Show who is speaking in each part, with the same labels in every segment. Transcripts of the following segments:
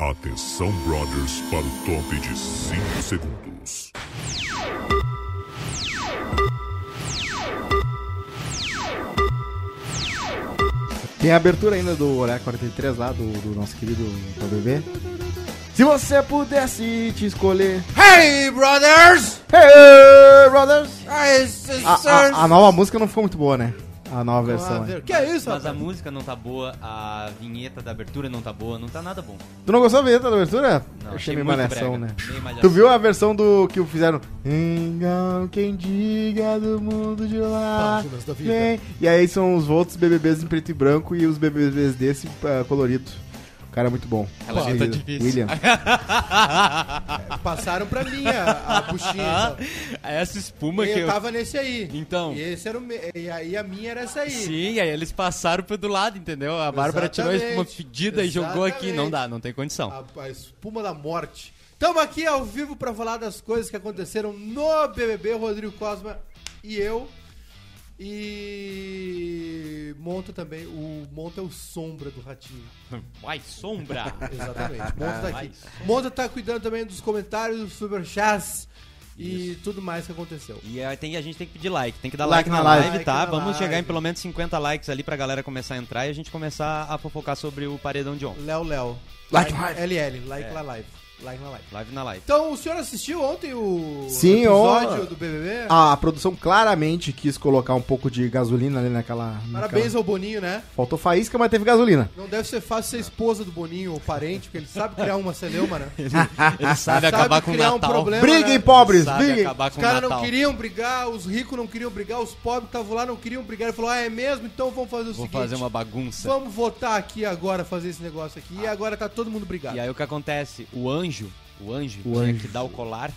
Speaker 1: Atenção, brothers, para o top de 5 segundos.
Speaker 2: Tem a abertura ainda do Horário 43 lá, do, do nosso querido KBB. Se você pudesse te escolher.
Speaker 3: Hey, brothers!
Speaker 2: Hey, brothers!
Speaker 4: Ah,
Speaker 3: Hey, sisters!
Speaker 2: A, a- a nova música não ficou muito boa, né? A nova versão. né?
Speaker 3: que é isso,
Speaker 4: Mas a
Speaker 3: rapaz?
Speaker 4: música não tá boa, a vinheta da abertura não tá boa, não tá nada bom.
Speaker 2: Tu não gostou da vinheta da abertura?
Speaker 4: Não,
Speaker 2: Eu
Speaker 4: achei
Speaker 2: meio
Speaker 4: muito
Speaker 2: malhação,
Speaker 4: brega.
Speaker 2: né?
Speaker 4: Meio malhação.
Speaker 2: Tu viu a versão do que fizeram? Engão, quem diga do mundo de lá.
Speaker 5: Páginas da vida.
Speaker 2: Quem... E aí são os outros BBBs em preto e branco e os BBBs desse ah, colorido. O cara é muito bom.
Speaker 4: Ela
Speaker 2: Pô,
Speaker 4: já tá
Speaker 2: William.
Speaker 4: difícil.
Speaker 2: William.
Speaker 5: Ah, Passaram pra mim a, a
Speaker 4: Ah,
Speaker 5: buchinha.
Speaker 4: É essa espuma que
Speaker 5: eu
Speaker 4: eu...
Speaker 5: tava nesse aí.
Speaker 4: Então.
Speaker 5: E, esse era o me- e aí a minha era essa aí.
Speaker 4: Sim, aí eles passaram pro do lado, entendeu? A Bárbara tirou a espuma
Speaker 5: Exatamente. Ah,
Speaker 4: fedida e jogou aqui. Não dá, não tem condição.
Speaker 5: A, a espuma da morte. Tamo aqui ao vivo pra falar das coisas que aconteceram no BBB. Rodrigo Cosma e eu. E monta também. O Monta é o sombra do ratinho.
Speaker 4: Vai, sombra!
Speaker 5: Exatamente. Monta tá
Speaker 4: Vai.
Speaker 5: aqui. Monta tá cuidando também dos comentários, dos superchats e tudo mais que aconteceu.
Speaker 4: E aí tem- a gente tem que pedir like, tem que dar
Speaker 2: Like
Speaker 4: like,
Speaker 2: na
Speaker 4: na
Speaker 2: live.
Speaker 4: live,
Speaker 5: Like
Speaker 4: tá?
Speaker 5: na
Speaker 4: Vamos
Speaker 5: live.
Speaker 4: chegar em pelo menos 50 likes ali pra galera começar a entrar e a gente começar a fofocar sobre o paredão de ontem.
Speaker 5: Léo Léo.
Speaker 2: Like
Speaker 5: LL,
Speaker 4: É.
Speaker 5: like na live. Like na live.
Speaker 4: Live na live.
Speaker 5: Então, o senhor assistiu ontem o
Speaker 2: Sim,
Speaker 5: episódio
Speaker 2: ó.
Speaker 5: do BBB?
Speaker 4: Ah,
Speaker 2: A produção claramente quis colocar um pouco de gasolina ali naquela.
Speaker 5: Parabéns
Speaker 2: naquela-
Speaker 5: ao Boninho, né?
Speaker 2: Faltou faísca, mas teve gasolina.
Speaker 5: Não deve ser fácil ser esposa do Boninho ou parente, porque ele sabe criar uma celeuma, né? Ele
Speaker 4: Ele sabe acabar com o
Speaker 5: criar
Speaker 4: Natal.
Speaker 5: problema,
Speaker 2: Briguem,
Speaker 5: né?
Speaker 2: pobres!
Speaker 4: Sabe
Speaker 2: Briguem!
Speaker 4: acabar
Speaker 5: Os
Speaker 4: com o
Speaker 5: caras não
Speaker 4: Natal.
Speaker 5: queriam brigar, os ricos não queriam brigar, os pobres que estavam lá não queriam brigar. Ele falou, ah, é mesmo? Então vamos fazer o
Speaker 4: Vou
Speaker 5: seguinte.
Speaker 4: fazer uma bagunça.
Speaker 5: Vamos votar aqui agora, fazer esse negócio aqui. E agora tá todo mundo brigado.
Speaker 4: E aí o que acontece? O anjo, o anjo,
Speaker 2: O
Speaker 4: tinha
Speaker 2: anjo.
Speaker 4: que dar o colar.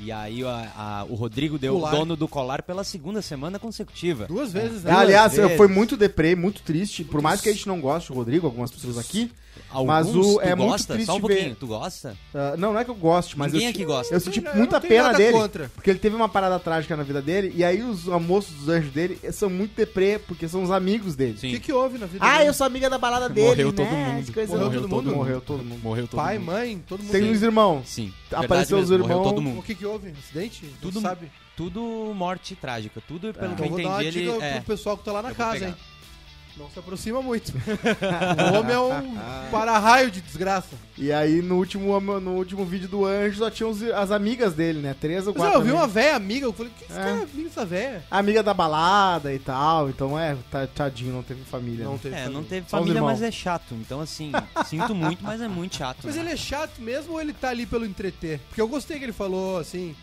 Speaker 4: E aí a- a- o Rodrigo deu
Speaker 5: Colar.
Speaker 4: o dono do colar pela segunda semana consecutiva.
Speaker 5: Duas vezes, né?
Speaker 2: Ah, aliás,
Speaker 4: vezes.
Speaker 2: foi muito deprê, muito triste. Por mais que a gente não goste do Rodrigo, algumas pessoas aqui.
Speaker 4: Alguns,
Speaker 2: mas o-
Speaker 4: tu
Speaker 2: é muito
Speaker 4: gosta?
Speaker 2: triste
Speaker 4: Só um pouquinho,
Speaker 2: ver.
Speaker 4: tu gosta?
Speaker 2: ah, não, não é que eu goste, mas
Speaker 4: Ninguém
Speaker 2: eu, ti-
Speaker 4: aqui gosta.
Speaker 2: eu senti
Speaker 5: Eu não
Speaker 2: muita
Speaker 5: tenho
Speaker 2: pena
Speaker 5: nada
Speaker 2: dele.
Speaker 5: contra.
Speaker 2: Porque ele teve uma parada trágica na vida dele. E aí os almoços dos anjos dele são muito deprê, porque são os amigos dele.
Speaker 5: O que, que houve na vida
Speaker 2: Ah,
Speaker 5: dele?
Speaker 2: eu sou amiga da balada dele.
Speaker 4: Morreu
Speaker 2: né?
Speaker 4: todo mundo.
Speaker 2: Coisa
Speaker 5: Morreu
Speaker 2: horrível.
Speaker 5: todo mundo?
Speaker 2: Morreu todo mundo.
Speaker 4: Morreu todo
Speaker 5: Pai,
Speaker 4: mundo.
Speaker 5: mãe, todo mundo.
Speaker 2: Tem um os irmãos.
Speaker 4: Sim.
Speaker 2: Apareceu os
Speaker 4: verdade mesmo, morreu
Speaker 2: irmãos.
Speaker 4: todo
Speaker 5: O
Speaker 4: mundo.
Speaker 5: que, que houve? Um Acidente? Tu
Speaker 4: Tudo-
Speaker 5: sabe.
Speaker 4: Tudo morte trágica. Tudo,
Speaker 2: É.
Speaker 4: pelo que
Speaker 5: Então
Speaker 4: eu
Speaker 5: vou dar uma
Speaker 4: entendi,
Speaker 5: dica
Speaker 4: ele... É,
Speaker 5: pro pessoal que tá lá na
Speaker 4: Eu vou
Speaker 5: casa,
Speaker 4: pegar.
Speaker 5: hein? Não se aproxima muito. o homem é um para-raio de desgraça.
Speaker 2: E aí, no último, no último vídeo do Anjo, só tinham os- as amigas dele, né? Três ou
Speaker 5: Mas
Speaker 2: quatro.
Speaker 5: eu vi uma
Speaker 2: amigas.
Speaker 5: véia amiga, eu falei, que esse
Speaker 2: É.
Speaker 5: cara é amigo dessa véia?
Speaker 2: Amiga da balada e tal. Então, é, tá- tadinho, não teve família. né?
Speaker 5: teve.
Speaker 4: é, não teve
Speaker 2: Só os
Speaker 4: família,
Speaker 2: irmãos.
Speaker 4: mas é chato. Então, assim, sinto muito, mas é muito chato.
Speaker 5: Mas
Speaker 4: né?
Speaker 5: ele é chato mesmo ou ele tá ali pelo entreter? Porque eu gostei que ele falou assim.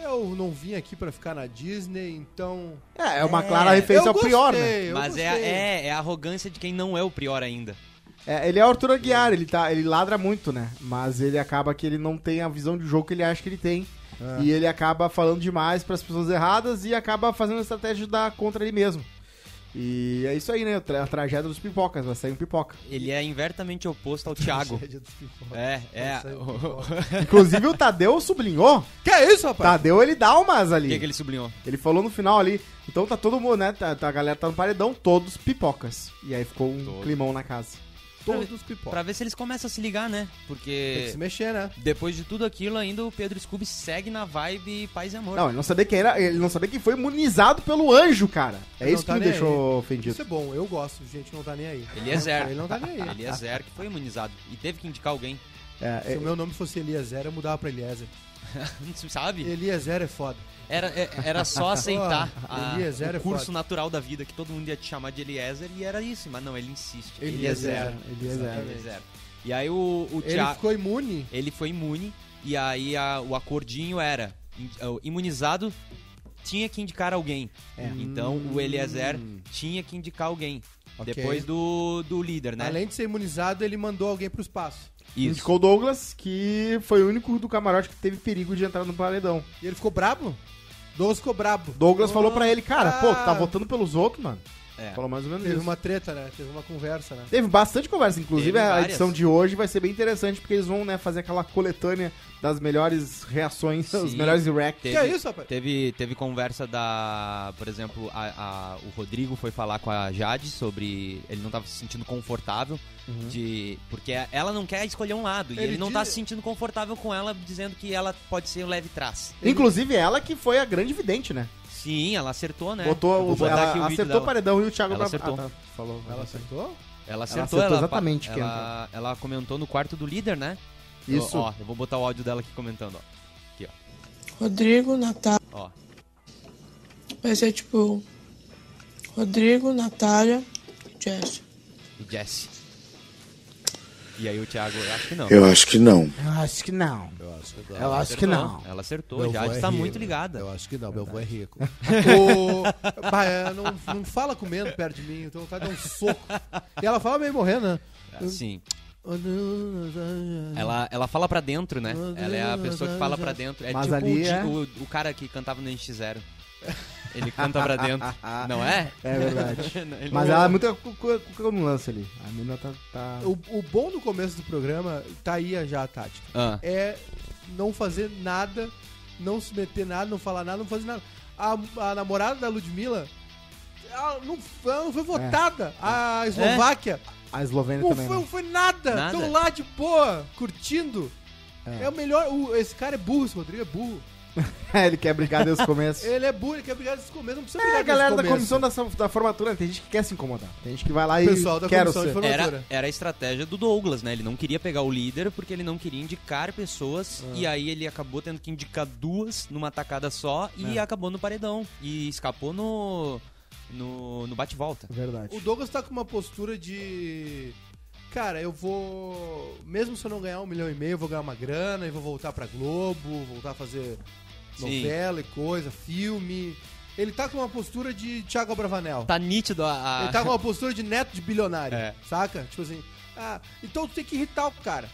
Speaker 5: Eu não vim aqui pra ficar na Disney, então.
Speaker 2: É, é uma
Speaker 4: É,
Speaker 2: clara referência
Speaker 5: eu
Speaker 2: ao Prior, né?
Speaker 5: gostei, eu
Speaker 4: Mas é, a-
Speaker 5: gostei.
Speaker 4: é, é a arrogância de quem não é o Prior ainda.
Speaker 2: É, ele é o Arthur Aguiar, ele, tá, ele ladra muito, né? Mas ele acaba que ele não tem a visão de jogo que ele acha que ele tem.
Speaker 5: É.
Speaker 2: E ele acaba falando demais pras pessoas erradas e acaba fazendo a estratégia da contra ele mesmo. E é isso aí, né? Tra- A tragédia dos pipocas, vai sair um pipoca.
Speaker 4: Ele é invertamente oposto ao Thiago. É, é.
Speaker 2: Inclusive o Tadeu sublinhou.
Speaker 5: Que é isso, rapaz?
Speaker 2: Tadeu ele dá umas
Speaker 4: O
Speaker 2: ali.
Speaker 4: que, é que
Speaker 2: ele...
Speaker 4: ele sublinhou?
Speaker 2: falou no final ali. Então tá todo mundo, né? Tá, tá- a galera tá no paredão, todos pipocas. E aí ficou um climão na casa.
Speaker 5: Todos os pipocas.
Speaker 4: Pra ver se eles começam a se ligar,
Speaker 5: Tem
Speaker 4: né?
Speaker 5: que
Speaker 4: Porque
Speaker 5: se mexer, né?
Speaker 4: depois de tudo aquilo, ainda o Pedro Scooby segue na vibe paz e amor.
Speaker 2: Não, ele não sabia quem era, ele não sabia que foi imunizado pelo anjo, cara. É
Speaker 5: Ele
Speaker 2: isso
Speaker 5: não
Speaker 2: que
Speaker 5: tá
Speaker 2: me
Speaker 5: nem
Speaker 2: deixou
Speaker 5: Isso
Speaker 2: ofendido.
Speaker 5: é bom, eu gosto, gente, não tá nem aí.
Speaker 4: Ele é zero.
Speaker 5: Ele não tá nem aí.
Speaker 4: Ele é zero que foi imunizado. E teve que indicar alguém.
Speaker 2: É,
Speaker 5: Se
Speaker 2: é,
Speaker 5: o meu nome fosse Eliezer, eu mudava pra Eliezer.
Speaker 4: Não se sabe?
Speaker 5: Eliezer é foda.
Speaker 4: Era, é- era só aceitar
Speaker 5: Ah,
Speaker 4: a-
Speaker 5: Eliezer é
Speaker 4: o curso
Speaker 5: foda.
Speaker 4: natural da vida, que todo mundo ia te chamar de Eliezer, e era isso. Mas não, ele insiste.
Speaker 2: ele é zero. Ele é zero.
Speaker 4: Eliezer. Eliezer. E aí o, o
Speaker 5: Ele
Speaker 4: Thiago...
Speaker 5: ficou imune?
Speaker 4: Ele foi imune e aí a- o acordinho era in- o imunizado tinha que indicar alguém.
Speaker 5: É.
Speaker 4: Então o Eliezer tinha que indicar alguém.
Speaker 5: Hum. Ok.
Speaker 4: Depois do, do líder, né?
Speaker 5: Além de ser imunizado, ele mandou alguém pro espaço.
Speaker 4: Isso.
Speaker 2: Indicou o Douglas, que foi o único do camarote que teve perigo de entrar no paredão.
Speaker 5: E ele ficou brabo? Douglas ficou brabo.
Speaker 2: Douglas falou pra ele, cara,
Speaker 5: Ah.
Speaker 2: pô, tu tá votando pelos outros, mano.
Speaker 4: É.
Speaker 2: Falou mais ou menos
Speaker 5: Teve
Speaker 2: isso.
Speaker 5: uma treta, né? Teve uma conversa, né?
Speaker 2: Teve bastante conversa, inclusive
Speaker 4: Teve
Speaker 2: a
Speaker 4: várias.
Speaker 2: edição de hoje vai ser bem interessante, porque eles vão né, fazer aquela coletânea das melhores reações, os
Speaker 4: Sim.
Speaker 2: melhores reacts.
Speaker 5: Que
Speaker 4: Teve,
Speaker 5: é isso, rapaz?
Speaker 4: Teve, teve conversa da. Por exemplo, a- a- o Rodrigo foi falar com a Jade sobre. Ele não tava se sentindo confortável. de Porque ela não quer escolher um lado. e
Speaker 5: Uhum. Ele
Speaker 4: ele não
Speaker 5: diz-
Speaker 4: tá se sentindo confortável com ela, dizendo que ela pode ser o leve trás.
Speaker 2: Inclusive ela que foi a grande vidente, né?
Speaker 4: Sim, ela acertou,
Speaker 5: É.
Speaker 4: né? Eu
Speaker 2: Botou,
Speaker 4: vou
Speaker 2: o
Speaker 4: botar aqui
Speaker 2: ela
Speaker 4: o vídeo
Speaker 2: acertou o
Speaker 4: dela.
Speaker 2: paredão e o Thiago
Speaker 4: Ela
Speaker 2: Bra-
Speaker 4: acertou.
Speaker 2: Ah, tá. Falou.
Speaker 5: Ela acertou?
Speaker 4: Ela
Speaker 2: acertou
Speaker 4: acertou, ela,
Speaker 2: exatamente quem
Speaker 4: ela, ela comentou no quarto do líder, né?
Speaker 2: Isso.
Speaker 4: Eu, ó, eu vou botar o áudio dela aqui comentando, ó.
Speaker 6: Rodrigo, Natália.
Speaker 4: Ó.
Speaker 6: Vai ser tipo. Rodrigo, Natália, Jess.
Speaker 4: O Jesse. E aí o Thiago, eu acho que não.
Speaker 7: Eu acho que não.
Speaker 2: Eu acho que não.
Speaker 5: Eu acho que
Speaker 2: Eu acho que não.
Speaker 4: Ela acertou, já está muito ligada.
Speaker 5: acho que não, meu avô é rico. o... bah, é, não, não fala comendo perto de mim, eu tenho vontade de dar um soco. E ela fala meio morrendo, né?
Speaker 4: É, Sim.
Speaker 2: É.
Speaker 4: Ela, ela fala pra dentro, né? Ela é a pessoa que fala pra dentro. É
Speaker 2: Uhum. Mas
Speaker 4: tipo
Speaker 2: ali
Speaker 4: o, Di-
Speaker 2: é-
Speaker 4: o, o cara que cantava no NX0. Ele canta pra dentro, não é?
Speaker 2: É verdade.
Speaker 4: Ele-
Speaker 2: Mas ela é muito cu- cu- cu- no lance ali. A mina tá. tá-
Speaker 5: O, o bom do começo do programa, tá aí já a tática.
Speaker 4: Ah,
Speaker 5: é não fazer nada, não se meter nada, não falar nada, não fazer nada. A, a namorada da Ludmilla, ela não, ela não foi votada. A Eslováquia,
Speaker 2: A Eslovênia
Speaker 5: não,
Speaker 2: também.
Speaker 5: foi,
Speaker 2: né?
Speaker 5: não foi nada.
Speaker 4: Nada.
Speaker 5: Tão lá de boa, curtindo.
Speaker 2: É.
Speaker 5: É, o melhor. o- esse cara é burro, esse Rodrigo é burro.
Speaker 2: É, ele quer brigar desde o começo.
Speaker 5: Ele é burro, ele quer brigar desde o começo, não precisa
Speaker 2: É,
Speaker 5: brigar
Speaker 2: a galera da
Speaker 5: desde o
Speaker 2: comissão
Speaker 5: começo.
Speaker 2: da, da formatura, tem gente que quer se incomodar. Tem gente que vai lá e
Speaker 5: Pessoal da
Speaker 2: quer
Speaker 5: comissão de
Speaker 2: ser.
Speaker 5: formatura.
Speaker 4: era, era a estratégia do Douglas, né? Ele não queria pegar o líder porque ele não queria indicar pessoas. E aí ele acabou tendo que indicar duas numa tacada só e acabou no paredão. E escapou no. no, no bate-volta.
Speaker 2: Verdade.
Speaker 5: O Douglas tá com uma postura de. Cara, eu vou. Mesmo se eu não ganhar um milhão e meio, eu vou ganhar uma grana e vou voltar pra Globo, voltar a fazer
Speaker 4: Sim.
Speaker 5: novela e coisa, filme. Ele tá com uma postura de Thiago Abravanel.
Speaker 4: Tá nítido a. a-
Speaker 5: Ele tá com uma postura de neto de bilionário,
Speaker 4: É.
Speaker 5: saca? Tipo assim, ah, então tu tem que irritar o cara.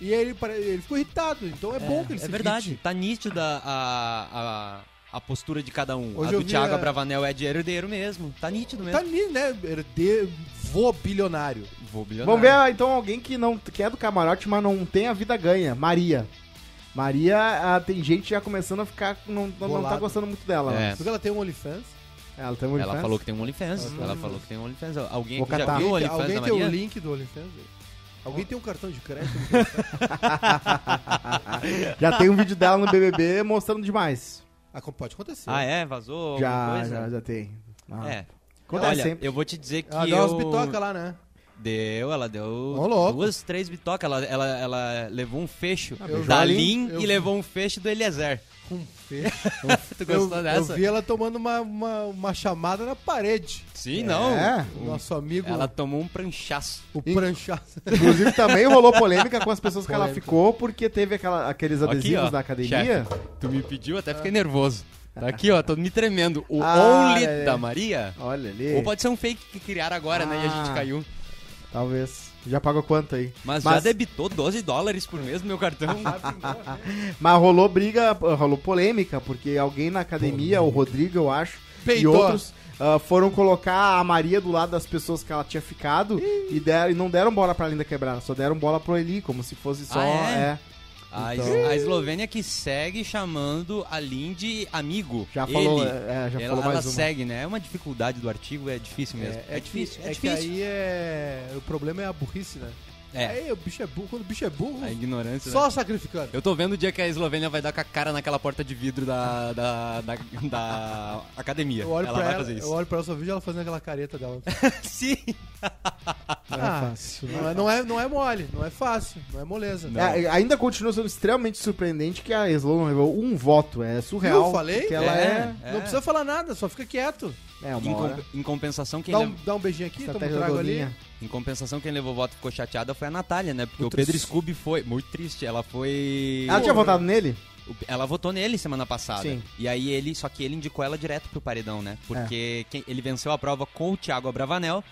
Speaker 5: E aí ele, pare- ele ficou irritado, então é, bom que ele
Speaker 4: É
Speaker 5: se
Speaker 4: verdade,
Speaker 5: irrite.
Speaker 4: tá nítida a, a, a postura de cada um.
Speaker 5: Hoje
Speaker 4: a
Speaker 5: eu
Speaker 4: do
Speaker 5: vi
Speaker 4: Thiago
Speaker 5: a-
Speaker 4: Abravanel é de herdeiro mesmo. Tá nítido
Speaker 5: Tá
Speaker 4: mesmo.
Speaker 5: ali, né? Herdeiro, vô bilionário.
Speaker 4: Vou bilionário.
Speaker 2: Vamos ver ah, então alguém que não que é do camarote, mas não tem a vida ganha. Maria. Maria, ah, tem gente já começando a ficar. Não, não- não tá
Speaker 5: Bolado.
Speaker 2: gostando muito dela. né?
Speaker 4: É.
Speaker 5: Porque ela tem um OnlyFans.
Speaker 2: Ela tem um
Speaker 4: Ela
Speaker 2: OnlyFans?
Speaker 4: falou que tem um OnlyFans.
Speaker 5: Ela
Speaker 4: Ela,
Speaker 5: tem um
Speaker 4: falou que tem um OnlyFans. Alguém
Speaker 2: Vou
Speaker 4: aqui já
Speaker 2: catar.
Speaker 4: viu o
Speaker 5: Alguém,
Speaker 4: um OnlyFans
Speaker 5: alguém
Speaker 4: da
Speaker 5: tem o
Speaker 4: Maria?
Speaker 5: link do OnlyFans? Alguém tem um cartão de crédito?
Speaker 2: Já tem um vídeo dela no BBB mostrando demais.
Speaker 5: ah, como pode acontecer.
Speaker 4: Ah, é? Vazou? alguma
Speaker 2: Já,
Speaker 4: coisa?
Speaker 2: já, já tem. Ah.
Speaker 4: É.
Speaker 2: Acontece
Speaker 4: Olha,
Speaker 2: sempre.
Speaker 4: eu vou te dizer que
Speaker 5: Ela deu Ah, umas
Speaker 4: eu...
Speaker 5: bitocas lá, né?
Speaker 4: Deu, ela deu
Speaker 5: Ô, louco.
Speaker 4: duas, três bitocas. Ela, ela, ela levou um fecho
Speaker 5: beijou
Speaker 4: da
Speaker 5: a
Speaker 4: Lin
Speaker 5: Lin, eu-
Speaker 4: e levou um fecho do Eliezer.
Speaker 5: Com fecho. eu,
Speaker 4: tu gostou
Speaker 5: eu
Speaker 4: dessa?
Speaker 5: vi ela tomando uma, uma, uma chamada na parede.
Speaker 4: Sim, não.
Speaker 2: É.
Speaker 5: O nosso amigo,
Speaker 4: Hum. Ela tomou um pranchaço.
Speaker 5: o pranchaço.
Speaker 2: Inclusive, também rolou polêmica com as pessoas que ela
Speaker 5: Polêmica.
Speaker 2: ficou, porque teve aquela- aqueles
Speaker 4: Aqui,
Speaker 2: adesivos
Speaker 4: ó,
Speaker 2: da academia.
Speaker 4: Tu me pediu, até fiquei nervoso. Tá aqui, ó, tô me tremendo. O
Speaker 2: Ah,
Speaker 4: Only
Speaker 2: é.
Speaker 4: da Maria?
Speaker 2: Olha ali.
Speaker 4: Ou pode ser um fake que criaram agora, né? E a
Speaker 2: Ah.
Speaker 4: gente caiu.
Speaker 2: Talvez. Já pagou quanto aí?
Speaker 4: Mas, já debitou 12 dólares por mês no meu cartão.
Speaker 2: Mas rolou briga, rolou polêmica, porque alguém na academia, o Rodrigo, eu acho,
Speaker 5: Peitou.
Speaker 2: e outros ah, foram colocar a Maria do lado das pessoas que ela tinha ficado e, deram, e não deram bola pra Linda Quebrada, só deram bola pro Eli, como se fosse só.
Speaker 4: Ah, é?
Speaker 2: é.
Speaker 4: a,
Speaker 2: Então-
Speaker 4: Es- a Eslovênia que segue chamando a Lin de amigo.
Speaker 2: Já
Speaker 4: Ele.
Speaker 2: falou, é, já
Speaker 4: ela
Speaker 2: falou
Speaker 4: ela
Speaker 2: mais uma.
Speaker 4: segue, né? É uma dificuldade do artigo, é difícil mesmo. É, difícil,
Speaker 5: que,
Speaker 4: é,
Speaker 5: é que
Speaker 4: difícil.
Speaker 5: aí é... O problema é a burrice, né?
Speaker 4: É,
Speaker 5: Aí o bicho é burro. Quando o bicho é burro,
Speaker 4: a ignorância. né?
Speaker 5: só sacrificando.
Speaker 4: Eu tô vendo o dia que a Eslovênia vai dar com a cara naquela porta de vidro da, da, da, da academia.
Speaker 5: Eu olho,
Speaker 4: ela
Speaker 5: pra
Speaker 4: vai
Speaker 5: ela,
Speaker 4: fazer isso.
Speaker 5: eu olho pra ela, só vejo ela fazendo aquela careta dela.
Speaker 4: Sim.
Speaker 2: Não é
Speaker 5: Ah,
Speaker 2: fácil.
Speaker 5: Não é, não, é, não é mole, não é fácil, não é moleza.
Speaker 4: Não.
Speaker 2: É, ainda continua sendo extremamente surpreendente que a Slow não levou um voto. É surreal.
Speaker 5: Eu falei?
Speaker 2: Que ela é.
Speaker 4: É.
Speaker 5: Não precisa falar nada, só fica quieto.
Speaker 2: É, uma
Speaker 4: Em, com-
Speaker 2: hora.
Speaker 4: em compensação, quem
Speaker 5: Dá um,
Speaker 4: lev-
Speaker 5: dá um beijinho aqui, toma um
Speaker 2: Estratégia da
Speaker 5: trago ali.
Speaker 2: Dolinha.
Speaker 4: em compensação quem levou voto e ficou chateada foi a Natália, né? Porque
Speaker 2: Muito
Speaker 4: o Pedro
Speaker 2: triste.
Speaker 4: Scooby foi muito triste. Ela foi.
Speaker 2: Ela tinha votado nele?
Speaker 4: O- Ela votou nele semana passada.
Speaker 2: Sim.
Speaker 4: E aí ele, só que ele indicou ela direto pro paredão, né?
Speaker 2: É.
Speaker 4: Porque quem- ele venceu a prova com o Thiago Abravanel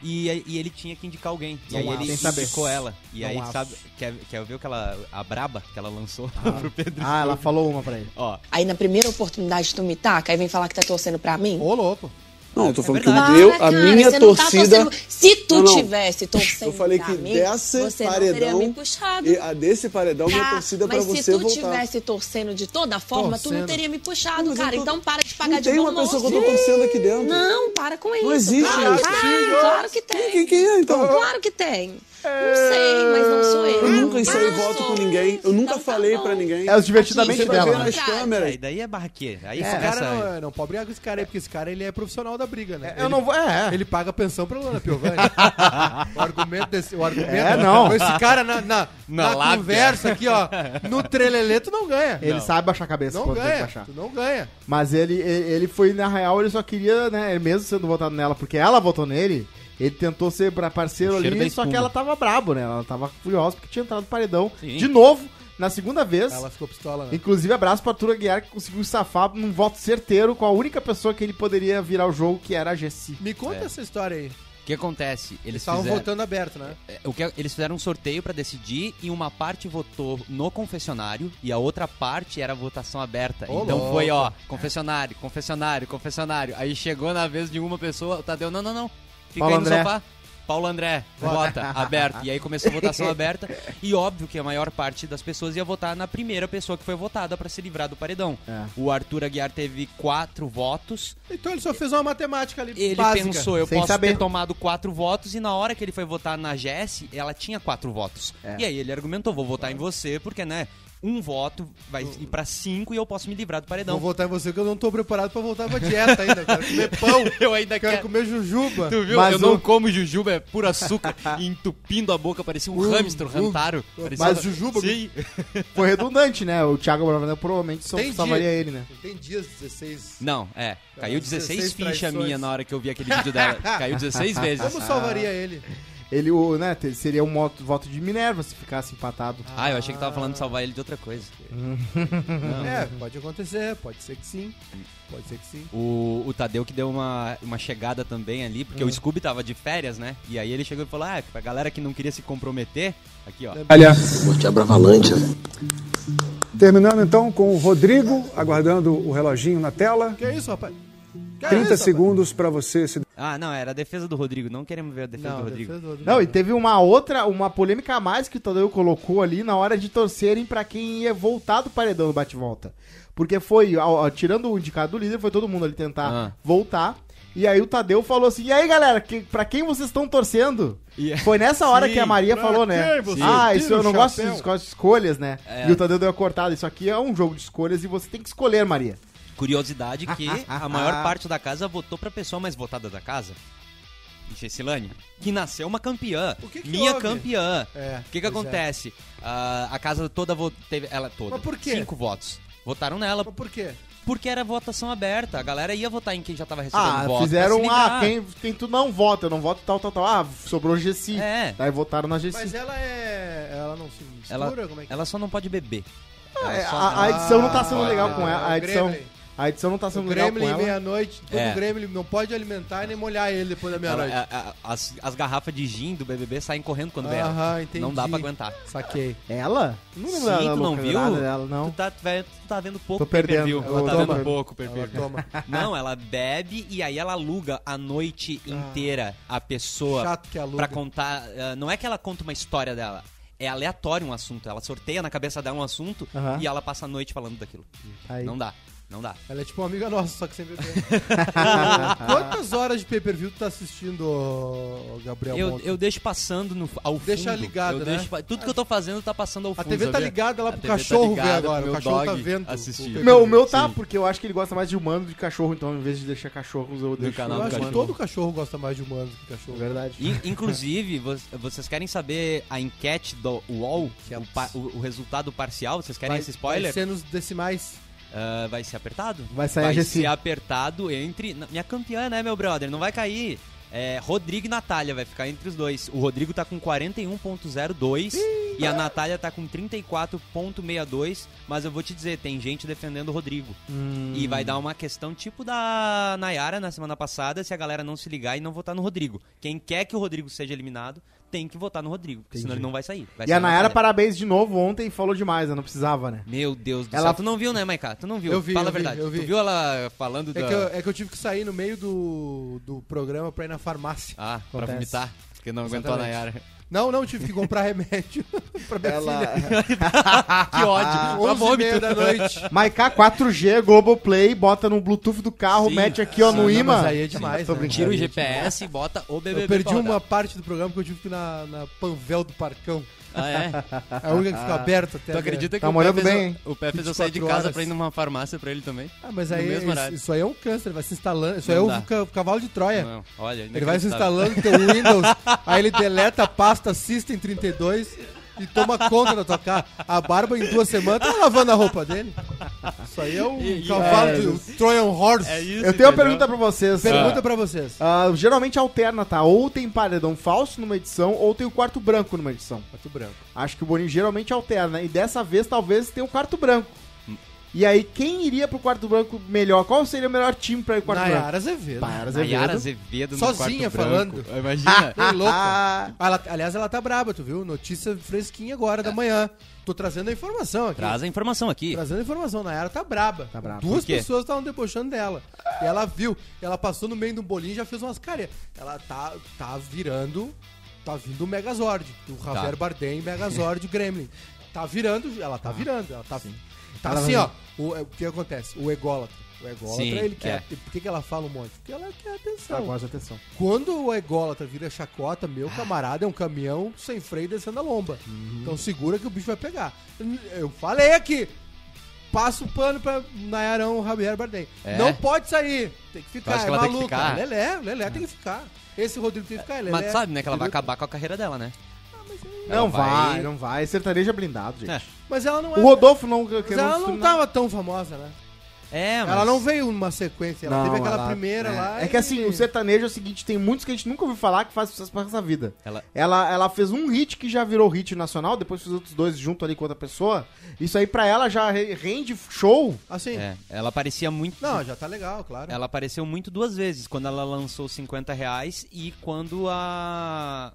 Speaker 4: e, e ele tinha que indicar alguém. E
Speaker 2: Não
Speaker 4: aí
Speaker 2: acho.
Speaker 4: ele
Speaker 2: Sem saber.
Speaker 4: indicou ela. E
Speaker 2: Não
Speaker 4: aí,
Speaker 2: acho.
Speaker 4: sabe, quer, quer ver aquela, a braba que ela lançou pro Pedro?
Speaker 2: Ah, ela falou uma pra ele.
Speaker 4: Ó,
Speaker 6: Aí na primeira oportunidade tu me taca, aí vem falar que tá torcendo pra mim?
Speaker 5: Ô, louco.
Speaker 7: Não,
Speaker 8: É
Speaker 7: eu tô falando
Speaker 4: verdade.
Speaker 7: que eu,
Speaker 8: Para,
Speaker 7: a
Speaker 8: cara,
Speaker 7: minha
Speaker 8: você não tá
Speaker 7: torcida.
Speaker 8: torcendo- Se tu
Speaker 7: Não, não.
Speaker 8: tivesse torcendo
Speaker 7: eu falei
Speaker 8: pra
Speaker 7: que
Speaker 8: mim,
Speaker 7: dessa
Speaker 8: você não teria
Speaker 7: paredão.
Speaker 8: me puxado.
Speaker 7: e a desse paredão, minha
Speaker 8: Tá,
Speaker 7: torcida é pra
Speaker 8: mas se
Speaker 7: você
Speaker 8: tu
Speaker 7: voltar.
Speaker 8: tivesse torcendo de toda forma, tu
Speaker 5: Torcendo.
Speaker 8: não teria me puxado,
Speaker 7: Não, mas eu
Speaker 8: cara.
Speaker 7: tô-
Speaker 8: Então para de pagar
Speaker 7: Não
Speaker 8: de
Speaker 7: tem
Speaker 8: bom
Speaker 7: uma pessoa que eu tô
Speaker 8: moço.
Speaker 7: torcendo aqui dentro.
Speaker 8: Não, para com isso.
Speaker 7: existe
Speaker 8: Claro,
Speaker 7: isso.
Speaker 8: claro, claro que tem.
Speaker 7: Quem, quem é então?
Speaker 8: Claro que tem. Não sei, mas não sou eu.
Speaker 7: Eu nunca
Speaker 8: Ah,
Speaker 7: saí e voto com
Speaker 8: sou.
Speaker 7: ninguém. Eu nunca
Speaker 8: Então tá
Speaker 7: falei
Speaker 8: bom.
Speaker 7: pra ninguém.
Speaker 2: É os divertidamente
Speaker 7: Você vai ver
Speaker 2: dela. né?
Speaker 7: nas câmeras.
Speaker 4: Aí daí é barraqueiro. Aí
Speaker 5: Esse
Speaker 4: fica
Speaker 5: cara
Speaker 4: essa-
Speaker 2: é.
Speaker 5: não, não pode brigar com esse cara aí, porque esse cara ele é profissional da briga, né?
Speaker 2: Eu
Speaker 5: Ele-
Speaker 2: não vou. É, é.
Speaker 5: Ele paga pensão pra Luana Piovani. o argumento desse. O argumento
Speaker 2: É, não.
Speaker 5: Esse cara na, na,
Speaker 4: Na
Speaker 5: na
Speaker 4: lábia.
Speaker 5: conversa aqui, ó. No trelelê, tu não ganha.
Speaker 2: Ele sabe baixar a cabeça
Speaker 5: não
Speaker 2: quando tem que
Speaker 5: ganha.
Speaker 2: baixar.
Speaker 5: Tu não ganha.
Speaker 2: Mas ele, ele, ele foi, na real, ele só queria, né? ele Mesmo sendo votado nela, porque ela votou nele, ele tentou ser pra parceiro
Speaker 4: O cheiro
Speaker 2: ali,
Speaker 4: da
Speaker 2: só
Speaker 4: espuma.
Speaker 2: que ela tava brabo, né? Ela tava furiosa porque tinha entrado no paredão
Speaker 4: Sim.
Speaker 2: de novo, na segunda vez.
Speaker 5: Ela ficou pistola, né?
Speaker 2: Inclusive, abraço pra Arthur Aguiar, que conseguiu safar num voto certeiro com a única pessoa que ele poderia virar o jogo, que era a Jessi.
Speaker 5: Me conta essa história aí.
Speaker 4: O que acontece?
Speaker 5: Eles
Speaker 4: Eles
Speaker 5: estavam
Speaker 4: Então, é. fizeram...
Speaker 5: votando aberto, né?
Speaker 4: É, o que é- eles fizeram um sorteio pra decidir e uma parte votou no confessionário e a outra parte era votação aberta.
Speaker 5: Ô,
Speaker 4: então
Speaker 5: louco.
Speaker 4: foi, ó, confessionário, confessionário, confessionário. Aí chegou na vez de uma pessoa, o Tadeu, não, não, não. Fica
Speaker 2: Paulo
Speaker 4: aí no
Speaker 2: André.
Speaker 4: sofá. Paulo André, vota, aberto. E aí começou a votação aberta. E óbvio que a maior parte das pessoas ia votar na primeira pessoa que foi votada pra se livrar do paredão.
Speaker 2: É.
Speaker 4: O Arthur Aguiar teve quatro votos.
Speaker 5: Então ele só fez uma matemática ali.
Speaker 4: Ele
Speaker 5: básica.
Speaker 4: pensou, eu
Speaker 2: Sem
Speaker 4: posso
Speaker 2: saber.
Speaker 4: ter tomado quatro votos, e na hora que ele foi votar na Jesse, ela tinha quatro votos. E aí ele argumentou, vou votar em você, porque, né, um voto vai ir pra cinco e eu posso me livrar do
Speaker 5: Não.
Speaker 4: paredão.
Speaker 5: Vou votar em você porque eu não tô preparado pra voltar pra dieta ainda. Eu Quero comer pão.
Speaker 4: Eu ainda
Speaker 5: quero
Speaker 4: quero...
Speaker 5: comer jujuba.
Speaker 4: Tu viu?
Speaker 2: Mas
Speaker 4: eu não
Speaker 2: o-
Speaker 4: como jujuba, é puro açúcar, e entupindo a boca, parecia um
Speaker 5: Hum,
Speaker 4: hamster, um
Speaker 5: hum.
Speaker 4: rantaro. Parecia
Speaker 2: Mas
Speaker 4: um-
Speaker 5: jujuba-
Speaker 4: Sim.
Speaker 2: Foi redundante, né? O Thiago Bravanel provavelmente só
Speaker 5: Entendi.
Speaker 2: salvaria ele, né?
Speaker 5: Tem dias 16.
Speaker 4: Não, é. Caiu 16
Speaker 5: 16
Speaker 4: fichas
Speaker 5: traições.
Speaker 4: minha na hora que eu vi aquele vídeo dela. Caiu 16 vezes.
Speaker 5: Como salvaria ele?
Speaker 2: Ele, o, né? te- Seria um moto- voto de Minerva se ficasse empatado.
Speaker 4: Ah, eu achei que tava falando de salvar ele de outra coisa.
Speaker 5: É, pode acontecer, pode ser que sim. Pode ser que sim.
Speaker 4: O, o Tadeu que deu uma, uma chegada também ali, porque
Speaker 5: É.
Speaker 4: o Scooby tava de férias, né? E aí ele chegou e falou: Ah, pra galera que não queria se comprometer, aqui ó.
Speaker 9: Terminando então com o Rodrigo, aguardando o reloginho na tela.
Speaker 5: Que é isso, rapaz? Que é
Speaker 9: 30
Speaker 5: isso,
Speaker 9: segundos para você se
Speaker 4: Ah, não, era a defesa do Rodrigo, não queremos ver a defesa
Speaker 5: Rapaz? Não,
Speaker 4: do Rodrigo.
Speaker 5: defesa do Rodrigo.
Speaker 2: Não, e teve uma outra, uma polêmica a mais que o Tadeu colocou ali na hora de torcerem pra quem ia voltar do paredão do bate-volta. Porque foi, ó, ó, tirando o indicado do líder, foi todo mundo ali tentar
Speaker 4: Ah.
Speaker 2: voltar. E aí o Tadeu falou assim: e aí galera, que, pra quem vocês estão torcendo?
Speaker 4: E- é.
Speaker 2: Foi nessa hora
Speaker 5: Sim,
Speaker 2: que a Maria
Speaker 5: pra
Speaker 2: falou,
Speaker 5: quem
Speaker 2: né?
Speaker 5: você
Speaker 2: Ah,
Speaker 5: tira
Speaker 2: isso eu
Speaker 5: o
Speaker 2: não gosto
Speaker 5: chapéu?"
Speaker 2: de esco- escolhas, né?
Speaker 4: É.
Speaker 2: E o Tadeu deu a cortada. Isso aqui é um jogo de escolhas e você tem que escolher, Maria.
Speaker 4: Curiosidade que a maior parte da casa votou pra pessoa mais votada da casa. E Cecilane, que nasceu uma campeã.
Speaker 5: O que que
Speaker 4: minha
Speaker 5: houve?
Speaker 4: campeã.
Speaker 5: É,
Speaker 4: O que que
Speaker 5: pois é.
Speaker 4: acontece? Ah, a casa toda vo- teve. Ela toda.
Speaker 5: Mas por quê?
Speaker 4: Cinco votos. Votaram nela
Speaker 5: Mas por quê?
Speaker 4: porque era votação aberta. A galera ia votar em quem já tava recebendo
Speaker 2: Ah,
Speaker 4: voto. pra se
Speaker 2: fizeram
Speaker 5: um,
Speaker 4: livrar.
Speaker 2: ah, quem, quem tu não vota, eu não voto tal, tal, tal. Ah, sobrou Gessi.
Speaker 4: É.
Speaker 2: Daí votaram na Gessi.
Speaker 5: Mas ela é. Ela não se mistura?
Speaker 4: Ela,
Speaker 5: Como é Ah, que
Speaker 4: ela só não pode beber. Ela
Speaker 2: É,
Speaker 4: só
Speaker 2: a, a
Speaker 4: não- é
Speaker 2: edição não tá
Speaker 5: Ah,
Speaker 2: sendo legal com ela.
Speaker 5: o
Speaker 2: A edição,
Speaker 5: Gremlin.
Speaker 2: a edição não tá
Speaker 5: O
Speaker 4: um
Speaker 2: sendo legal com
Speaker 5: Gremlin
Speaker 2: ela.
Speaker 5: meia-noite, todo
Speaker 4: É.
Speaker 5: Gremlin não pode alimentar e nem molhar ele depois da
Speaker 4: Ela-
Speaker 5: meia-noite.
Speaker 4: a- a- as, as garrafas de gin do BBB saem correndo quando vem
Speaker 5: Aham,
Speaker 4: ela.
Speaker 5: entendi.
Speaker 4: Não dá pra aguentar.
Speaker 5: Saquei.
Speaker 2: Ela? Não
Speaker 4: Sim,
Speaker 2: da-
Speaker 4: tu
Speaker 2: da
Speaker 4: não viu?
Speaker 2: loucurada Dela,
Speaker 4: Tu
Speaker 2: não.
Speaker 4: tá, ve- tu tá vendo pouco
Speaker 2: Tô perdendo.
Speaker 4: pay-per-view.
Speaker 2: Eu
Speaker 4: Ela tá
Speaker 2: tô-
Speaker 4: vendo pouco
Speaker 5: Ela
Speaker 4: pay-per-view.
Speaker 5: toma.
Speaker 4: Não, ela bebe e aí ela aluga a noite
Speaker 2: Ah.
Speaker 4: inteira a pessoa
Speaker 5: Chato que é aluga.
Speaker 4: pra contar. ah, não é que ela conta uma história dela. É aleatório um assunto. Ela sorteia na cabeça dela um assunto
Speaker 2: Aham.
Speaker 4: e ela passa a noite falando daquilo.
Speaker 2: Aí.
Speaker 4: Não dá. Não dá.
Speaker 5: Ela é tipo uma amiga nossa, só que sem beber. Quantas horas de pay-per-view tu tá assistindo, ô, Gabriel?
Speaker 4: Eu,
Speaker 5: Monta?
Speaker 4: eu deixo passando no, ao fundo.
Speaker 5: É Deixa ligado,
Speaker 4: eu
Speaker 5: né?
Speaker 4: deixo pa- tudo que eu tô fazendo tá passando ao
Speaker 5: A
Speaker 4: fundo.
Speaker 5: TV tá
Speaker 4: sabia?
Speaker 5: ligada lá pro
Speaker 4: TV tá
Speaker 5: cachorro ver
Speaker 4: ligada pro
Speaker 5: agora. O
Speaker 4: meu
Speaker 5: cachorro tá
Speaker 4: dog
Speaker 5: vendo.
Speaker 4: assistir.
Speaker 5: o-
Speaker 2: O meu, o meu tá,
Speaker 4: Sim.
Speaker 2: porque eu acho que ele gosta mais de humano do que cachorro, então em vez de deixar cachorros, eu deixo
Speaker 4: canal
Speaker 5: Eu
Speaker 4: do
Speaker 5: acho que
Speaker 4: cachorro.
Speaker 5: todo cachorro gosta mais de humanos que
Speaker 2: É
Speaker 5: cachorro.
Speaker 2: verdade.
Speaker 4: In- Inclusive, vo- vocês querem saber a enquete do UOL? O, pa- o- o resultado parcial? Vocês querem esse spoiler?
Speaker 5: é Vai ser nos decimais.
Speaker 4: Ah, vai ser apertado?
Speaker 2: Vai sair a
Speaker 4: vai
Speaker 2: Gessi.
Speaker 4: ser apertado entre. na- Minha campeã, né, meu brother? Não vai cair. É, Rodrigo e Natália vai ficar entre os dois. O Rodrigo tá com 41.02 e
Speaker 2: ah.
Speaker 4: a Natália tá com 34.62. Mas eu vou te dizer, tem gente defendendo o Rodrigo.
Speaker 2: Hum.
Speaker 4: E vai dar uma questão tipo da Nayara na semana passada, se a galera não se ligar e não votar no Rodrigo. Quem quer que o Rodrigo seja eliminado tem que votar no Rodrigo, porque senão ele não vai sair. Vai
Speaker 2: E
Speaker 4: sair
Speaker 2: a
Speaker 4: na
Speaker 2: Nayara,
Speaker 4: Natália.
Speaker 2: parabéns de novo ontem e falou demais, né? Não precisava, né?
Speaker 4: Meu Deus do
Speaker 2: Ela-
Speaker 4: céu. Tu não viu, né, Maiká? Tu não viu.
Speaker 5: Eu vi,
Speaker 4: Fala
Speaker 5: eu
Speaker 4: a
Speaker 5: vi,
Speaker 4: verdade.
Speaker 5: eu vi.
Speaker 4: Tu viu ela falando
Speaker 5: É
Speaker 4: da...
Speaker 5: que, eu, é que eu tive que sair no meio do, do programa pra ir na farmácia.
Speaker 4: Ah, pra
Speaker 2: Acontece.
Speaker 4: vomitar. Porque não aguentou a
Speaker 5: Exatamente.
Speaker 4: Nayara.
Speaker 5: Não, não, tive que comprar remédio pra minha filha.
Speaker 4: que
Speaker 5: Ah,
Speaker 4: ódio. Pra
Speaker 5: 11 e meia
Speaker 4: vômito.
Speaker 5: da noite.
Speaker 2: Maiká 4G, Globoplay, bota no Bluetooth do carro,
Speaker 4: Sim.
Speaker 2: mete aqui, ó,
Speaker 5: Ah,
Speaker 2: no
Speaker 5: não,
Speaker 2: imã.
Speaker 5: mas aí é demais,
Speaker 2: Tô
Speaker 5: né?
Speaker 2: brincando.
Speaker 4: Tira o GPS e bota o BBB
Speaker 5: Eu perdi
Speaker 4: pra rodar.
Speaker 5: uma parte do programa porque eu tive que ir na, na Panvel do Parcão.
Speaker 4: Ah, é?
Speaker 5: A única que fica aberta até.
Speaker 4: Tu
Speaker 5: agora.
Speaker 4: acredita que
Speaker 2: Tá
Speaker 4: o
Speaker 2: morando
Speaker 4: Pé fez
Speaker 2: bem,
Speaker 4: eu-
Speaker 2: hein?
Speaker 4: o Pé fez eu sair de
Speaker 5: 24
Speaker 4: casa
Speaker 5: horas.
Speaker 4: pra ir numa farmácia pra ele também?
Speaker 5: Ah, mas
Speaker 4: No
Speaker 5: aí
Speaker 4: mesmo
Speaker 5: isso,
Speaker 4: horário.
Speaker 5: isso aí é um câncer, ele vai se instalando. Isso
Speaker 4: Não
Speaker 5: aí é
Speaker 4: dá.
Speaker 5: o ca- cavalo de Troia.
Speaker 4: Não, olha.
Speaker 5: Ele vai se
Speaker 4: inacreditável.
Speaker 5: instalando no teu Windows, aí ele deleta a pasta System 32 e toma conta da tua cara. A barba em duas semanas tá lavando a roupa dele. Isso aí é um
Speaker 4: E- e-
Speaker 5: cavalo
Speaker 2: é,
Speaker 5: de um Trojan Horse.
Speaker 4: É isso,
Speaker 2: Eu tenho
Speaker 4: entendeu?
Speaker 2: uma pergunta pra vocês.
Speaker 5: Pergunta pra vocês.
Speaker 2: Ah, geralmente alterna, tá? Ou tem paredão falso numa edição, ou tem o quarto branco numa edição.
Speaker 5: Pato branco.
Speaker 2: Acho que o Boninho geralmente alterna. E dessa vez, talvez, tenha o quarto branco. E aí, quem iria pro quarto branco melhor? Qual seria o melhor time pra ir pro quarto branco?
Speaker 5: Nayara Azevedo.
Speaker 2: Nayara
Speaker 4: Nayara Azevedo no
Speaker 5: Sozinha
Speaker 4: quarto branco. Imagina.
Speaker 5: Bem é
Speaker 2: Ah.
Speaker 5: louca. Ela- aliás, ela tá braba, tu viu? Notícia fresquinha agora
Speaker 2: É.
Speaker 5: da manhã. Tô trazendo a informação aqui.
Speaker 4: Traz a informação aqui.
Speaker 5: Trazendo a informação, Nayara tá braba.
Speaker 2: Tá braba.
Speaker 5: Duas
Speaker 4: Por quê?
Speaker 5: pessoas estavam debochando dela. E ela viu, ela passou no meio do bolinho e já fez umas carinhas. Ela tá, tá virando. Tá vindo o Megazord. O Javier Bardem, Megazord, Gremlin. Tá virando, ela tá virando. Ela tá, tá
Speaker 2: Ela
Speaker 5: assim,
Speaker 2: vai-
Speaker 5: ó. O, é, o que acontece? O ególatra. O ególatra,
Speaker 4: Sim,
Speaker 5: ele quer.
Speaker 4: é.
Speaker 5: Por que, que ela fala um monte? Porque ela quer atenção.
Speaker 2: Agora de atenção.
Speaker 5: Quando o ególatra vira chacota, meu
Speaker 4: Ah.
Speaker 5: camarada é um caminhão sem freio descendo a lomba.
Speaker 4: Uhum.
Speaker 5: Então segura que o bicho vai pegar. Eu falei aqui. Passa o pano pra Nayarão Javier Bardem.
Speaker 4: É?
Speaker 5: Não pode sair. Tem que
Speaker 4: Tu
Speaker 5: ficar.
Speaker 4: acha
Speaker 5: é
Speaker 4: que ela tem que
Speaker 5: maluco.
Speaker 4: ficar?
Speaker 5: Lelé, o Lelé tem que ficar. Esse Rodrigo tem que ficar. Lelé.
Speaker 4: Mas sabe, né, que ela vai acabar com a carreira dela, né? Ela
Speaker 2: Não vai, não vai. Sertanejo é blindado, gente.
Speaker 4: É.
Speaker 5: Mas ela não é.
Speaker 2: O Rodolfo não...
Speaker 5: mas ela não tá tava tão famosa, né?
Speaker 4: É, mas...
Speaker 5: Ela não veio numa sequência. Ela
Speaker 2: Não,
Speaker 5: teve aquela
Speaker 2: ela-
Speaker 5: primeira
Speaker 2: é.
Speaker 5: lá.
Speaker 2: É que
Speaker 5: e-
Speaker 2: assim, o sertanejo é o seguinte, tem muitos que a gente nunca ouviu falar que faz sucesso pra essa vida.
Speaker 4: Ela-
Speaker 2: Ela, ela fez um hit que já virou hit nacional, depois fez outros dois junto ali com outra pessoa. Isso aí pra ela já re- rende show.
Speaker 5: Assim.
Speaker 4: É, ela parecia muito...
Speaker 5: Não, já tá legal, claro.
Speaker 4: Ela apareceu muito duas vezes, quando ela lançou 50 reais e quando a.